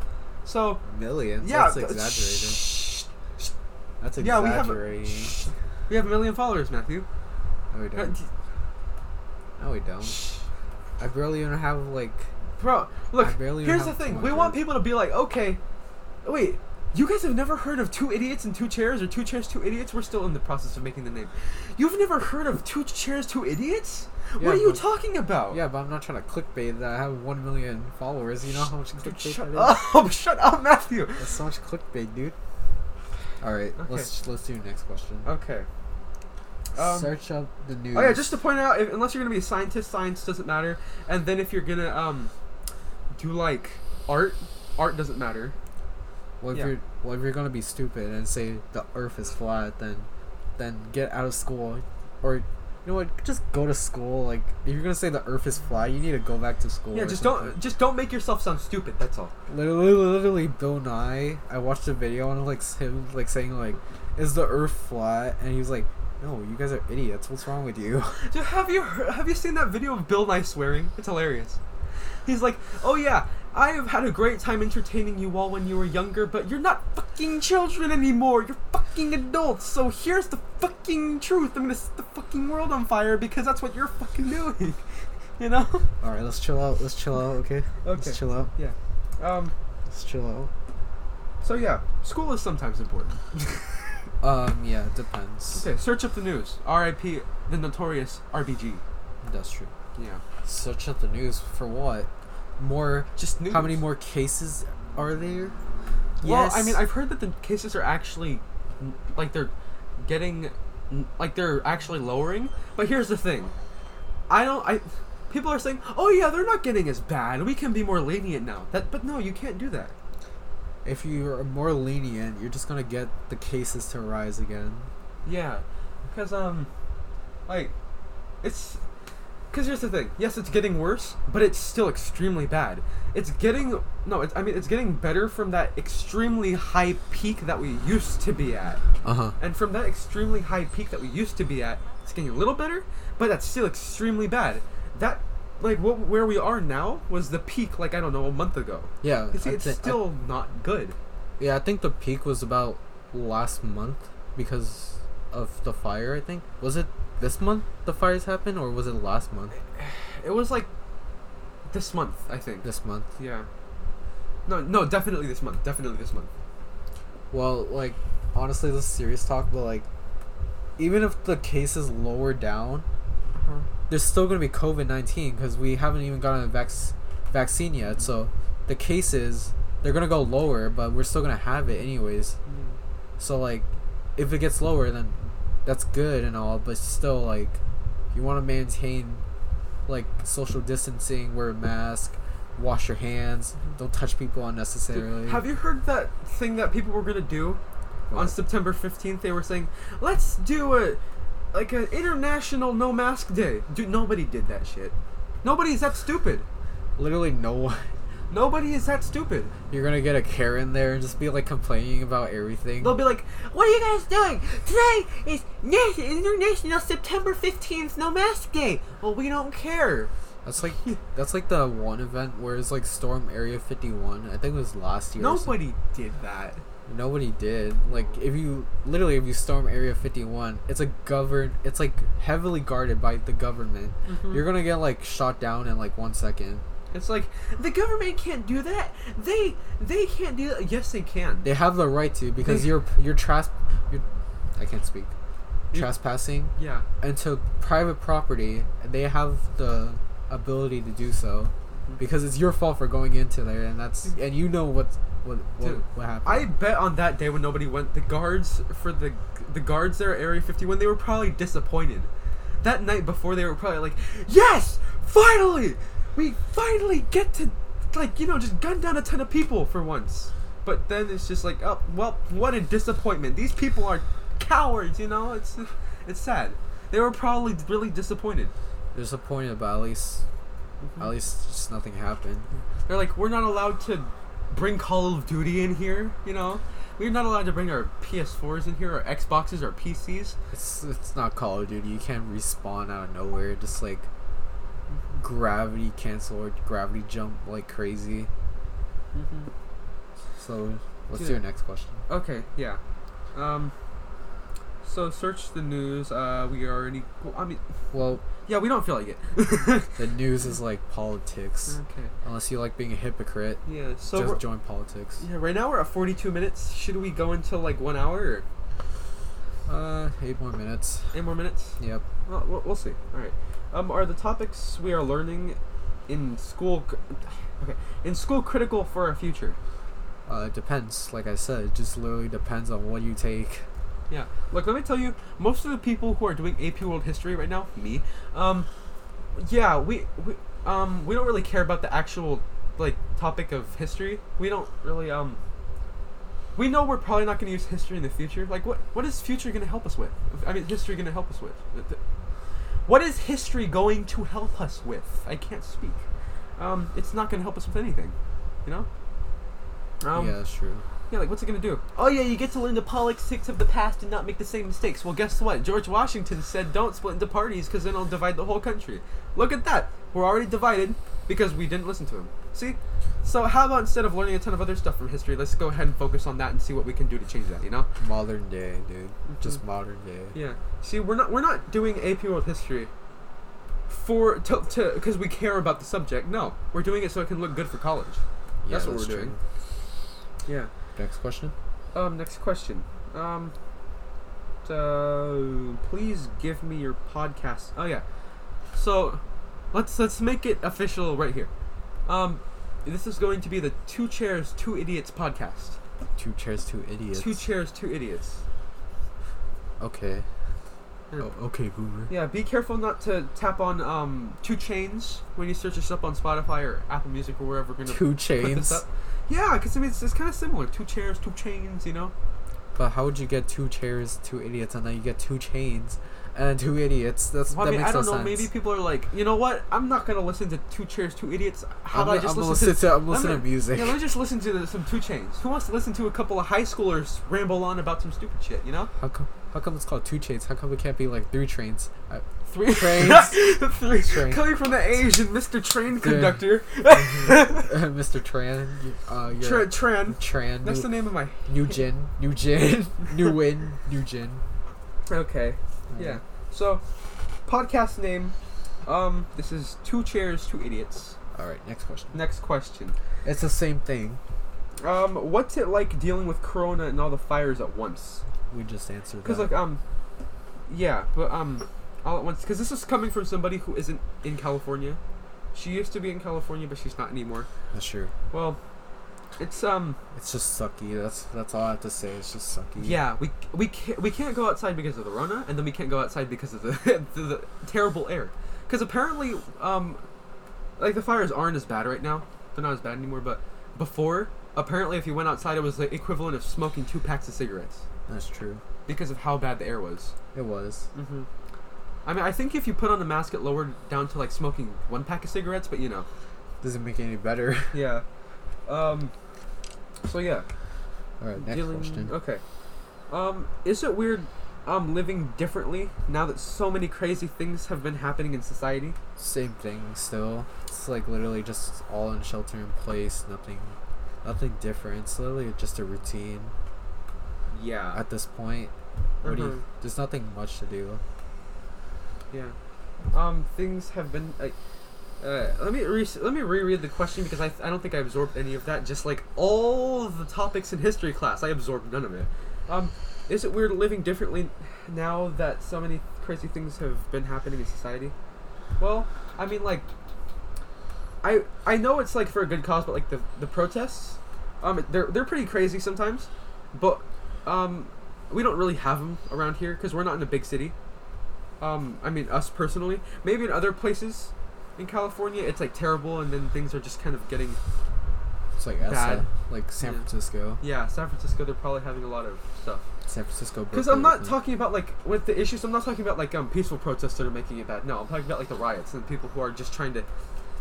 A: so
B: millions?
A: yeah,
B: That's
A: th-
B: exaggerating.
A: shh,
B: That's
A: Yeah, we have a-
B: exaggerating.
A: we have a million followers, Matthew.
B: no, we
A: Uh,
B: don't. No, we don't. I barely even have like.
A: Bro, look,
B: I barely even
A: here's the
B: have
A: thing.
B: time
A: We
B: for
A: want
B: it.
A: people to be like, okay, wait, you guys have never heard of two idiots and two chairs or two chairs, two idiots? We're still in the process of making the name. You've never heard of two chairs, two idiots?
B: Yeah,
A: what are you
B: but-
A: talking about?
B: Yeah, but I'm not trying to clickbait that. I have one million followers. You know how much
A: Dude,
B: clickbait
A: shut
B: that is?
A: up, shut up, Matthew.
B: That's so much clickbait, dude. All right,
A: Okay.
B: let's let's do next question.
A: Okay. Um,
B: Search up the news.
A: Oh yeah, just to point out, if, unless you're gonna be a scientist, science doesn't matter. And then if you're gonna um, do like art, art doesn't matter.
B: Well, if
A: Yeah.
B: you're well, if you're gonna be stupid and say the Earth is flat, then then get out of school, or you know what? Just go to school. Like if you're gonna say the Earth is flat, you need to go back to school.
A: Yeah,
B: or
A: just
B: something.
A: don't just don't make yourself sound stupid. That's all.
B: Literally, literally, Bill Nye. I watched a video on like him like saying like, "Is the Earth flat?" And he was like, "No, you guys are idiots. What's wrong with you?"
A: Dude, have you heard, have you seen that video of Bill Nye swearing? It's hilarious. He's like, "Oh yeah, I have had a great time entertaining you all when you were younger, but you're not fucking children anymore. You're fucking adults. So here's the fucking truth. I'm gonna set the fucking world on fire because that's what you're fucking doing. you know?
B: All right, let's chill out. Let's chill out. Okay.
A: Okay.
B: Let's chill out.
A: Yeah. Um.
B: Let's chill out.
A: So yeah, school is sometimes important.
B: Um. Yeah. it Depends.
A: Okay. Search up the news. R.I.P. The notorious RBG.
B: That's true.
A: Yeah.
B: Search up the news for what? More
A: Just news.
B: How many more cases are there?
A: Well, I mean, I've heard that the cases are actually, n- like, they're getting, n- like, they're actually lowering. But here's the thing, I don't. I people are saying, oh yeah, they're not getting as bad. We can be more lenient now. That, but no, you can't do that.
B: if you are more lenient, you're just gonna get the cases to rise again.
A: Yeah, because um, like, it's. Because here's the thing. Yes, it's getting worse, but it's still extremely bad. It's getting no. It's, I mean, it's getting better from that extremely high peak that we used to be at.
B: Uh huh.
A: And from that extremely high peak that we used to be at, it's getting a little better, but that's still extremely bad. That, like, what, where we are now was the peak, like, I don't know, a month ago.
B: Yeah.
A: You see,
B: I
A: it's
B: thi- I-
A: still not good.
B: yeah, I think the peak was about last month because of the fire. I think was it this month the fires happened, or was it last month?
A: It was like this month, I think.
B: This month.
A: Yeah. No, no, definitely this month. Definitely this month.
B: Well, like honestly, this is serious talk, but like even if the case is lower down,
A: Uh-huh.
B: there's still gonna be COVID nineteen because we haven't even gotten a vac- vaccine yet. So the cases they're gonna go lower, but we're still gonna have it anyways. So like, if it gets lower, then that's good and all, but still like, you want to maintain like social distancing, wear a mask, wash your hands, don't touch people
A: Dude,
B: unnecessarily.
A: Mm-hmm. have you heard that thing that people were gonna do on
B: What?
A: September fifteenth? They were saying, "Let's do a like an international no mask day." Dude, nobody did that shit. Nobody is that stupid.
B: Literally no one.
A: Nobody is that stupid.
B: You're gonna get a Karen there and just be like complaining about everything.
A: They'll be like, "What are you guys doing today? Is Nas- International September fifteenth No Mask Day." Well, we don't care.
B: That's like that's like the one event where it's like Storm Area 51. I think it was last year. or something.
A: Nobody did that.
B: Nobody did. Like if you literally if you storm Area 51, it's a govern it's like heavily guarded by the government.
A: Mm-hmm. Hmm.
B: You're going to get like shot down in like 1 second.
A: It's like the government can't do that. They they can't do that. Yes, they can.
B: They have the right to because
A: They-
B: you're you're tras you're I can't speak.
A: You-
B: Trespassing
A: yeah.
B: into private property, they have the ability to do so
A: Mm-hmm.
B: because it's your fault for going into there and that's and you know what's what what,
A: Dude,
B: what happened.
A: I bet on that day when nobody went, the guards for the the guards there at Area 51, they were probably disappointed. That night before, they were probably like, "Yes, finally, we finally get to like you know just gun down a ton of people for once." But then it's just like, oh well, what a disappointment. These people are cowards, you know. It's it's sad. They were probably really disappointed.
B: disappointed but at least
A: Mm-hmm.
B: at least just nothing happened.
A: They're like, we're not allowed to bring Call of Duty in here, you know? We're not allowed to bring our PS4s in here, our Xboxes, our PCs.
B: It's it's not Call of Duty. You can't respawn out of nowhere. Just like
A: Mm-hmm.
B: gravity cancel or gravity jump like crazy. So let's
A: Dude.
B: do your next question.
A: Okay, yeah. Um, so search the news. Uh, we already. Well, I mean,
B: Well,
A: yeah, we don't feel like it.
B: the news is like politics.
A: okay.
B: Unless you like being a hypocrite,
A: Yeah. Mm. So
B: just
A: we're,
B: join politics.
A: yeah, right now we're at 42 minutes. Should we go until like one hour or
B: Uh, eight more minutes.
A: eight more minutes?
B: Yep.
A: Well, we'll, we'll see. All right. Um, are the topics we are learning in school? cr- Okay, in school critical for our future.
B: Uh, it depends. Like I said, it just literally depends on what you take.
A: Yeah. Look, let me tell you, most of the people who are doing AP World History right now, me, um, yeah, we, we um, we don't really care about the actual like topic of history. We don't really um. We know we're probably not going to use history in the future. Like, what what is future going to help us with? I mean, history going to help us with? What is history going to help us with? I can't speak. Um, it's not going to help us with anything, you know. Um,
B: yeah, that's true.
A: yeah, like what's it gonna do? Oh yeah, you get to learn the politics of the past and not make the same mistakes. Well, guess what? George Washington said don't split into parties because then it'll divide the whole country. Look at that. We're already divided because we didn't listen to him. See? So how about instead of learning a ton of other stuff from history, let's go ahead and focus on that and see what we can do to change that. You know?
B: Modern day, dude. Just modern day.
A: mm-hmm. Yeah. See, we're not we're not doing AP World History for to to because we care about the subject. No, we're doing it so it can look good for college.
B: Yeah,
A: That's what we're doing. Yeah.
B: Next question.
A: Um, next question. Um, so please give me your podcast. Oh yeah. So, let's let's make it official right here. Um, this is going to be the Two Chairs, Two Idiots podcast.
B: Two chairs, two idiots.
A: Two Chairs, Two Idiots.
B: Okay.
A: Yeah.
B: Oh, okay, boomer.
A: Yeah, be careful not to tap on um Two Chains when you search us up on Spotify or Apple Music or wherever we're gonna
B: Two
A: put this
B: chains.
A: up. Yeah, because I mean it's, it's kind of similar. Two chairs, two chains. You know.
B: But how would you get two chairs, two idiots, and then you get two chains and two idiots? That's
A: Well,
B: that
A: I mean,
B: makes
A: I don't
B: no
A: know.
B: sense.
A: Maybe people are like, you know what? I'm not gonna listen to Two Chairs, Two Idiots. How about
B: I'm,
A: I
B: gonna-
A: just
B: I'm
A: listen,
B: gonna listen to, I'm
A: let
B: listening
A: me-
B: to music.
A: Yeah, let me just listen to the, some Two Chains. Who wants to listen to a couple of high schoolers ramble on about some stupid shit? You know,
B: how come? How come it's called two chains? How come it can't be like three trains? I,
A: three
B: Trains.
A: three
B: Train.
A: coming from the Asian Mr. Train Conductor,
B: Mr. Uh, Tran, you- uh, you
A: Tra- Tran.
B: Tran,
A: That's the
B: new,
A: name of my.
B: new Jin, New Jin, New Win, New Jin.
A: Okay. Yeah. So, podcast name. Um, this is two chairs, two idiots.
B: All right. Next question.
A: Next question.
B: It's the same thing.
A: Um, what's it like dealing with Corona and all the fires at once?
B: We just answered.
A: Because like
B: that.
A: um, yeah, but um, all at once. Because this is coming from somebody who isn't in California. She used to be in California, but she's not anymore.
B: that's true.
A: Well, it's um,
B: It's just sucky. That's that's all I have to say. It's just sucky.
A: yeah, we we can't we can't go outside because of the Rona, and then we can't go outside because of the the, the terrible air. Because apparently, um, like the fires aren't as bad right now. They're not as bad anymore. But before, apparently, if you went outside, it was the equivalent of smoking two packs of cigarettes
B: That's true.
A: because of how bad the air was.
B: It was.
A: Mm-hmm. I mean, I think if you put on the mask, it lowered down to like smoking one pack of cigarettes, but you know.
B: Doesn't make it any better.
A: Yeah. Um. So yeah.
B: all right. Next
A: dealing-
B: question.
A: Okay. Um. Is it weird? Um. Living differently now that so many crazy things have been happening in society.
B: Same thing. Still. It's like literally just all in shelter in place. Nothing. Nothing different. It's literally just a routine
A: Yeah.
B: at this point. What do
A: Mhm.
B: you, there's nothing much to do.
A: Yeah. Um. Things have been like. Uh, let me re- let me reread the question because I, I don't think I absorbed any of that. Just like all the topics in history class, I absorbed none of it. Um, is it weird living differently now that so many crazy things have been happening in society? Well, I mean, like, I I know it's like for a good cause, but like the the protests, um, they're they're pretty crazy sometimes, but um, we don't really have them around here because we're not in a big city. Um, I mean, us personally, maybe in other places in California, it's like terrible, and then things are just kind of getting
B: It's like
A: Bad.
B: outside, like San
A: Yeah.
B: Francisco.
A: yeah. San Francisco, they're probably having a lot of stuff.
B: San Francisco.
A: Because
B: Berkeley,
A: I'm not
B: Oakland.
A: talking about like with the issues. I'm not talking about like um peaceful protests that are making it bad. No, I'm talking about like the riots and people who are just trying to.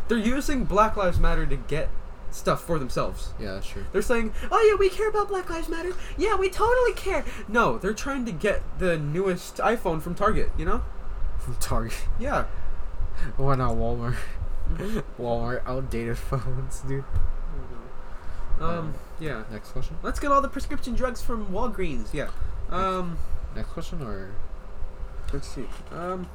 A: They're using Black Lives Matter to get stuff for themselves.
B: Yeah, that's true.
A: They're saying, "Oh yeah, we care about Black Lives Matter. Yeah, we totally care." No, they're trying to get the newest iPhone from Target. You know?
B: From Target.
A: Yeah.
B: Why not Walmart?
A: Mm-hmm.
B: Walmart outdated phones, dude.
A: Um. Yeah.
B: Next question.
A: Let's get all the prescription drugs from Walgreens. Yeah. Um.
B: Next question or
A: Let's see. Um,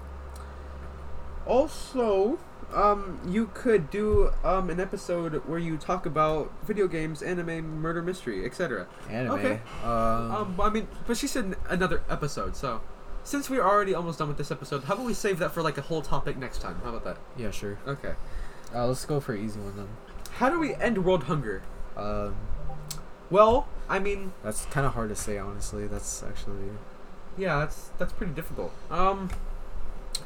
A: also, um, you could do um, an episode where you talk about video games, anime, murder mystery, etc.
B: anime?
A: Okay.
B: Um,
A: Um, I mean, but she said n- another episode, so since we're already almost done with this episode, how about we save that for like a whole topic next time? How about that?
B: Yeah, sure.
A: Okay.
B: Uh, let's go for an easy one then.
A: How do we end world hunger?
B: Um,
A: Well, I mean,
B: that's kind of hard to say, honestly. That's actually
A: yeah, that's that's pretty difficult. Um,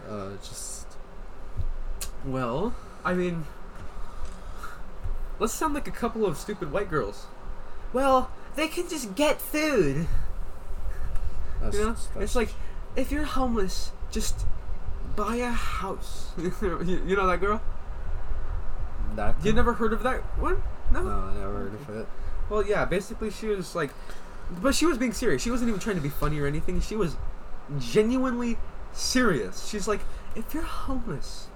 B: uh, just
A: well, I mean, let's sound like a couple of stupid white girls. Well, they can just get food.
B: that's,
A: You know,
B: that's-
A: it's like if you're homeless, just buy a house. you you know that girl?
B: that.
A: You never heard of that one? No.
B: No, I never heard of it.
A: Well, yeah. Basically, she was like, but she was being serious. She wasn't even trying to be funny or anything. She was genuinely serious. She's like, if you're homeless,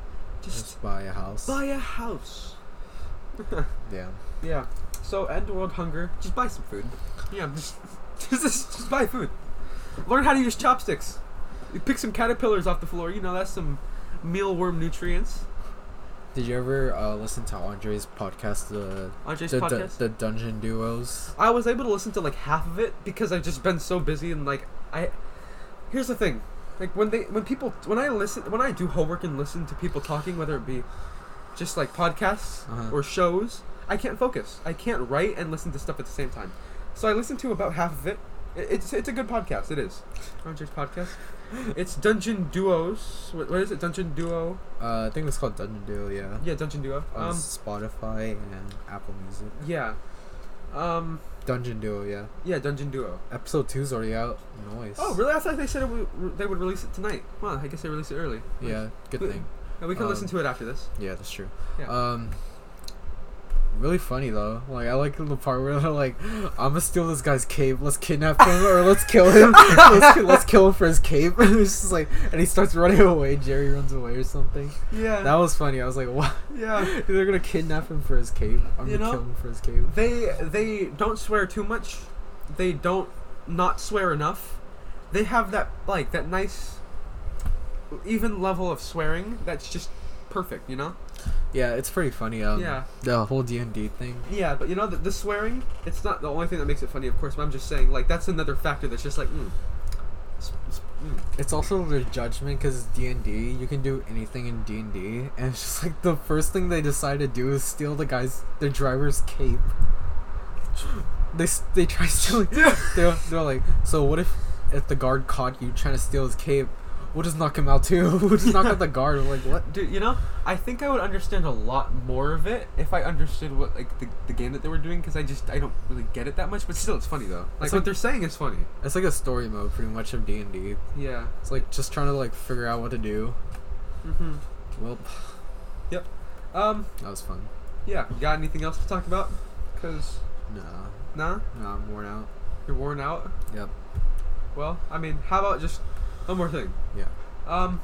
A: just
B: Just buy a house.
A: buy a house.
B: Yeah.
A: Yeah. So end world hunger. Just buy some food. Yeah. Just just just buy food. Learn how to use chopsticks. You pick some caterpillars off the floor. You know that's some mealworm nutrients.
B: Did you ever uh, listen to Andre's podcast, the
A: Andre's
B: the, du-
A: podcast.
B: the Dungeon Duos?
A: I was able to listen to like half of it because I've just been so busy and like I. Here's the thing, like when they when people when I listen when I do homework and listen to people talking, whether it be just like podcasts
B: Uh-huh.
A: or shows, I can't focus. I can't write and listen to stuff at the same time. So I listened to about half of it. I- It's it's a good podcast. It is. Roger's podcast. It's Dungeon Duos. What, what is it? Dungeon Duo.
B: Uh, I think it's called Dungeon Duo. Yeah.
A: Yeah, Dungeon Duo.
B: On
A: Um,
B: Spotify and Apple Music.
A: yeah. Um,
B: Dungeon Duo. Yeah.
A: yeah, Dungeon Duo.
B: Episode two's already out. Noise.
A: Oh, really? I thought they said it would, they would release it tonight. Well, I guess they released it early.
B: Yeah. Good
A: Wait.
B: thing.
A: And we can listen
B: Um,
A: to it after this.
B: Yeah, that's true.
A: Yeah.
B: Um, really funny though. Like I like the part where they're like, "I'm gonna steal this guy's cape. Let's kidnap him or let's kill him. let's, ki- let's kill him for his cape." it's just like, and he starts running away. Jerry runs away or something.
A: Yeah.
B: That was funny. I was like, "What?
A: yeah.
B: they're gonna kidnap him for his cape? I'm
A: You
B: gonna
A: know?
B: kill him for his cape."
A: They they don't swear too much. They don't not swear enough. they have that like that nice, even level of swearing that's just perfect. You know.
B: Yeah, it's pretty funny. Um,
A: Yeah.
B: The whole D and D thing.
A: Yeah, but you know the, the swearing. It's not the only thing that makes it funny, of course. But I'm just saying, like that's another factor that's just like, mm, s- s- mm.
B: It's also the judgment because D and D, you can do anything in D and D, and it's just like the first thing they decide to do is steal the guy's the driver's cape. They s- they try stealing.
A: Yeah.
B: They're, they're like, so what if if the guard caught you trying to steal his cape? We'll just knock him out too. we'll just knock out the guard. We're like what?
A: Dude, you know, I think I would understand a lot more of it if I understood what like the, the game that they were doing because I just I don't really get it that much. But still, it's funny though. Like
B: It's
A: what
B: like-
A: they're saying is funny.
B: It's like a story mode, pretty much of D and D.
A: Yeah.
B: It's like just trying to like figure out what to do.
A: Mm-hmm.
B: Well,
A: Um.
B: that was fun.
A: Yeah. Got anything else to talk about? Cause
B: Nah,
A: nah,
B: nah, I'm worn out.
A: you're worn out.
B: Yep.
A: Well, I mean, how about just one more thing?
B: Yeah.
A: Um,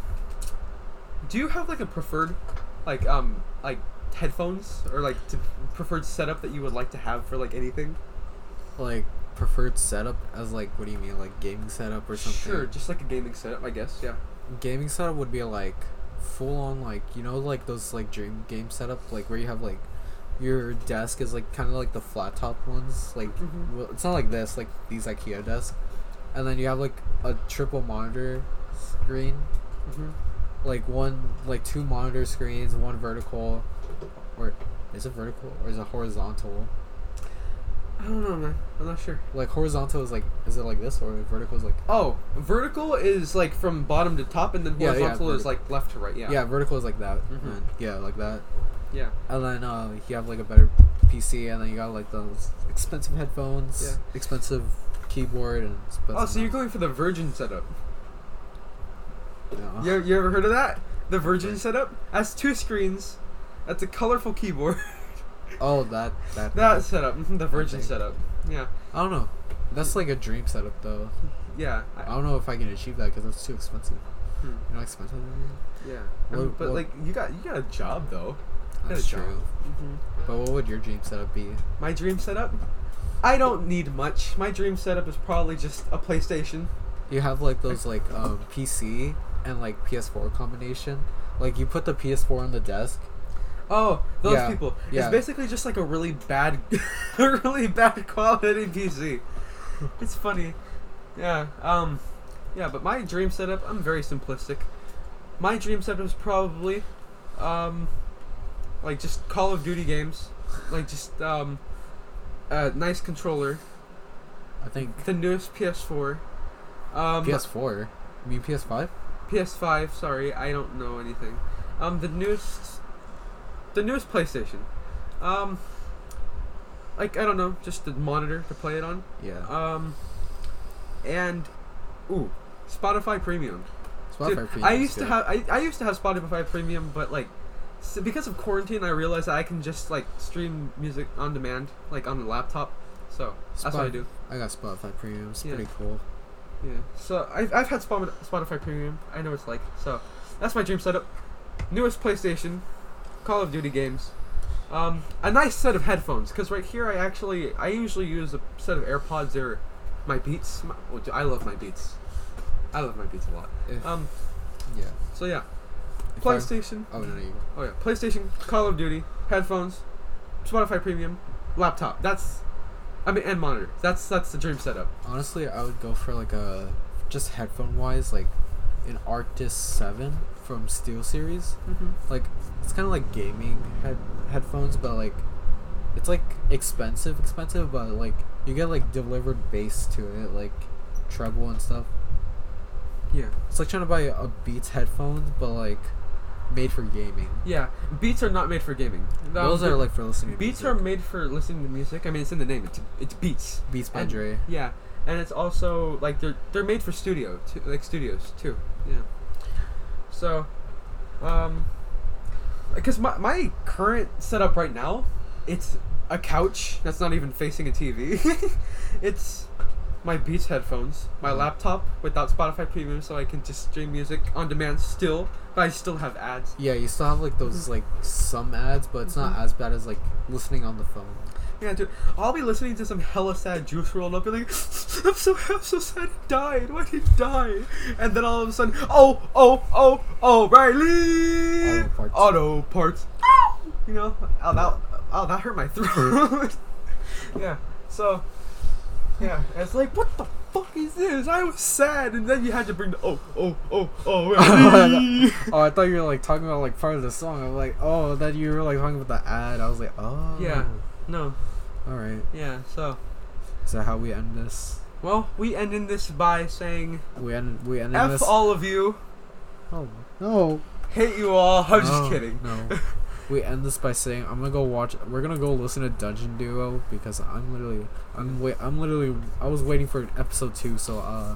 A: do you have like a preferred, like um, like headphones or like to preferred setup that you would like to have for like anything?
B: Like preferred setup as like what do you mean like gaming setup or something?
A: Sure, just like a gaming setup, I guess. Yeah.
B: Gaming setup would be like full on like you know like those like dream game setup like where you have like your desk is like kind of like the flat top ones like
A: Mhm.
B: well, it's not like this like these IKEA desks, and then you have like a triple monitor screen
A: Mm-hmm.
B: like one like two monitor screens, one vertical, or is it vertical or is it horizontal?
A: I don't know, man. I'm not sure.
B: Like horizontal is like is it like this or vertical is like
A: Oh, vertical is like from bottom to top, and then
B: Yeah, yeah,
A: horizontal is
B: vertical.
A: like left to right. Yeah.
B: yeah, vertical is like that
A: Mhm.
B: and yeah like that
A: Yeah.
B: and then uh you have like a better PC and then you got like those expensive headphones, expensive keyboard and expensive
A: Oh, so you're going for the Virgin setup?
B: no.
A: You, you ever heard of that? The Virgin setup? That's two screens. That's a colorful keyboard.
B: oh that that
A: that setup, mhm, the Virgin
B: Okay.
A: setup. Yeah,
B: I don't know that's like a dream setup though
A: yeah,
B: I
A: I,
B: don't know if I can achieve that because that's too expensive
A: hmm,
B: you know how expensive that
A: yeah.
B: What-
A: Um, but
B: what-
A: like, you got you got a job though.
B: is?
A: Got a
B: that's
A: job.
B: true but what would your dream setup be
A: My dream setup. I don't need much. My dream setup is probably just a PlayStation.
B: You have like those like um, PC and like PS4 combination. Like you put the PS4 on the desk.
A: Oh, those
B: Yeah,
A: people.
B: yeah.
A: It's basically just like a really bad, a really bad quality PC. It's funny. Yeah. Um. Yeah, but my dream setup. I'm very simplistic. My dream setup is probably, um, like just Call of Duty games, like just um, a nice controller,
B: I think
A: the newest PS4. Um,
B: PS4. You mean PS5?
A: PS5. Sorry, I don't know anything. Um, the newest, the newest PlayStation. Um, like I don't know, just the monitor to play it on.
B: Yeah.
A: Um, and ooh, Spotify Premium.
B: Spotify
A: Dude,
B: Premium
A: I
B: is
A: used to
B: good.
A: have I, I used to have Spotify Premium, but like s because of quarantine, I realized that I can just like stream music on demand, like on the laptop. So that's what I
B: Spotify-
A: do.
B: I got Spotify Premium. It's
A: oh, Yeah.
B: pretty cool.
A: Yeah. So I've, I've had Spot- Spotify Premium. I know it's like. So that's my dream setup. Newest PlayStation, Call of Duty games, um, a nice set of headphones. Cause right here I actually I usually use a set of AirPods or my Beats. My, oh, dude, I love my Beats. I love my Beats a lot.
B: If,
A: Um.
B: yeah.
A: So yeah,
B: If I-
A: PlayStation.
B: oh no, no, you.
A: Oh yeah, PlayStation, Call of Duty, headphones, Spotify Premium, laptop. That's, I mean, and monitor. That's that's the dream setup.
B: Honestly, I would go for like a just headphone wise like an Arctis Seven from Steel Series.
A: Mm-hmm.
B: like it's kind of like gaming head- headphones but like it's like expensive expensive but like you get like delivered bass to it like treble and stuff
A: Yeah.
B: it's like trying to buy a beats headphones but like made for gaming
A: Yeah, beats are not made for gaming.
B: those
A: Um,
B: are like for listening to
A: beats
B: music.
A: are made for listening to music. I mean, it's in the name. It's it's beats.
B: beats by
A: and-
B: Dre
A: Yeah, and it's also like they're they're made for studio, too, like studios too. Yeah. So, um, because my my current setup right now, it's a couch that's not even facing a TV. it's my Beats headphones, my
B: Mhm.
A: laptop without Spotify Premium, so I can just stream music on demand still, but I still have ads.
B: yeah you still have like those like some ads but it's not
A: Mhm.
B: as bad as like listening on the phone
A: Yeah, dude. I'll be listening to some hella sad Juice World. I'll be like, I'm so I'm so sad he died. Why did he die? And then all of a sudden, oh oh oh oh, Riley.
B: Auto parts.
A: Auto parts. you know, oh that oh that hurt my throat. yeah. So, yeah, it's like what the fuck is this? I was sad, and then you had to bring the oh oh oh oh. Riley.
B: Oh, I thought you were like talking about like part of the song. I'm like, oh, that you were like talking about the ad. I was like, oh,
A: yeah. No.
B: All right.
A: Yeah. So,
B: Is that how we end this?
A: well, we end in this by saying
B: We end. We end
A: F
B: this.
A: all of you.
B: oh no.
A: Hate you all. I'm
B: No,
A: just kidding.
B: No. We end this by saying I'm gonna go watch. We're gonna go listen to Dungeon Duo because I'm literally, I'm wait, I'm literally, I was waiting for episode two. So uh,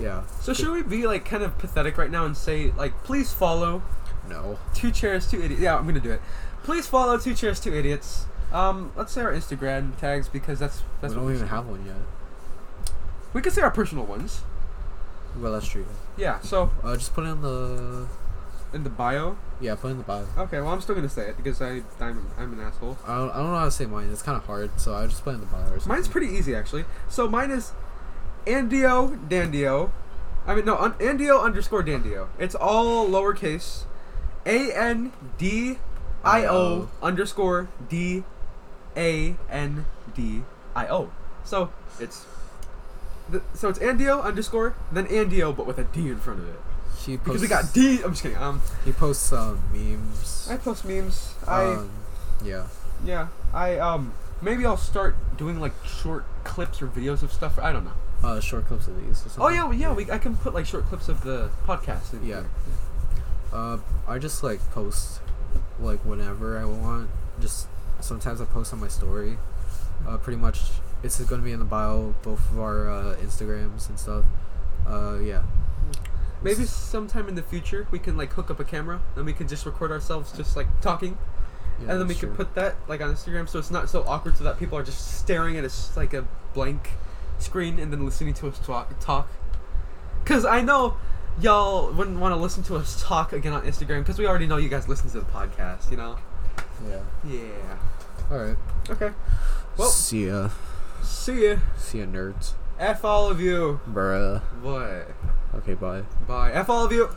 B: yeah.
A: So should we be like kind of pathetic right now and say like, please follow
B: No.
A: two chairs, two idiots. Yeah, I'm gonna do it. Please follow two chairs, two idiots. Um, let's say our Instagram tags because that's that's what
B: we don't
A: we
B: even
A: should-
B: have one yet.
A: We could say our personal ones.
B: Well, that's true.
A: Yeah. So
B: Uh, just put it in the.
A: in the bio.
B: Yeah, put it in the bio.
A: Okay. Well, I'm still gonna say it because I I'm, I'm an asshole.
B: I don't, I don't know how to say mine. It's kind of hard, so I just put it in the bio. Or something.
A: Mine's pretty easy actually. So mine is Andio Dandio. I mean no un- Andio underscore Dandio. It's all lowercase. A N D I O underscore D A N D I O. So it's th- so it's Andio underscore then Andio but with a D in front of it
B: He
A: because
B: posts,
A: we got D. I'm just kidding. Um,
B: He posts uh, memes.
A: I post memes. I
B: um, yeah.
A: yeah. I um maybe I'll start doing like short clips or videos of stuff. I don't know.
B: Uh, short clips of these. Or something.
A: Oh yeah, well, yeah. We, I can put like short clips of the podcast. In
B: Yeah.
A: here.
B: Uh, I just like post, like whenever I want. Just sometimes I post on my story. Uh, pretty much, it's going to be in the bio, both of our uh, Instagrams and stuff. Uh, yeah.
A: Maybe sometime in the future we can like hook up a camera and we can just record ourselves just like talking,
B: Yeah,
A: and then we
B: that's
A: can
B: true.
A: put that like on Instagram so it's not so awkward so that people are just staring at us like a blank screen and then listening to us talk. talk. Cause I know y'all wouldn't want to listen to us talk again on Instagram because we already know you guys listen to the podcast. You know.
B: Yeah.
A: Yeah.
B: All right.
A: Okay. Well-
B: see ya,
A: See ya.
B: see ya, nerds,
A: F all of you.
B: bruh.
A: What?
B: Okay, bye.
A: Bye. F all of you.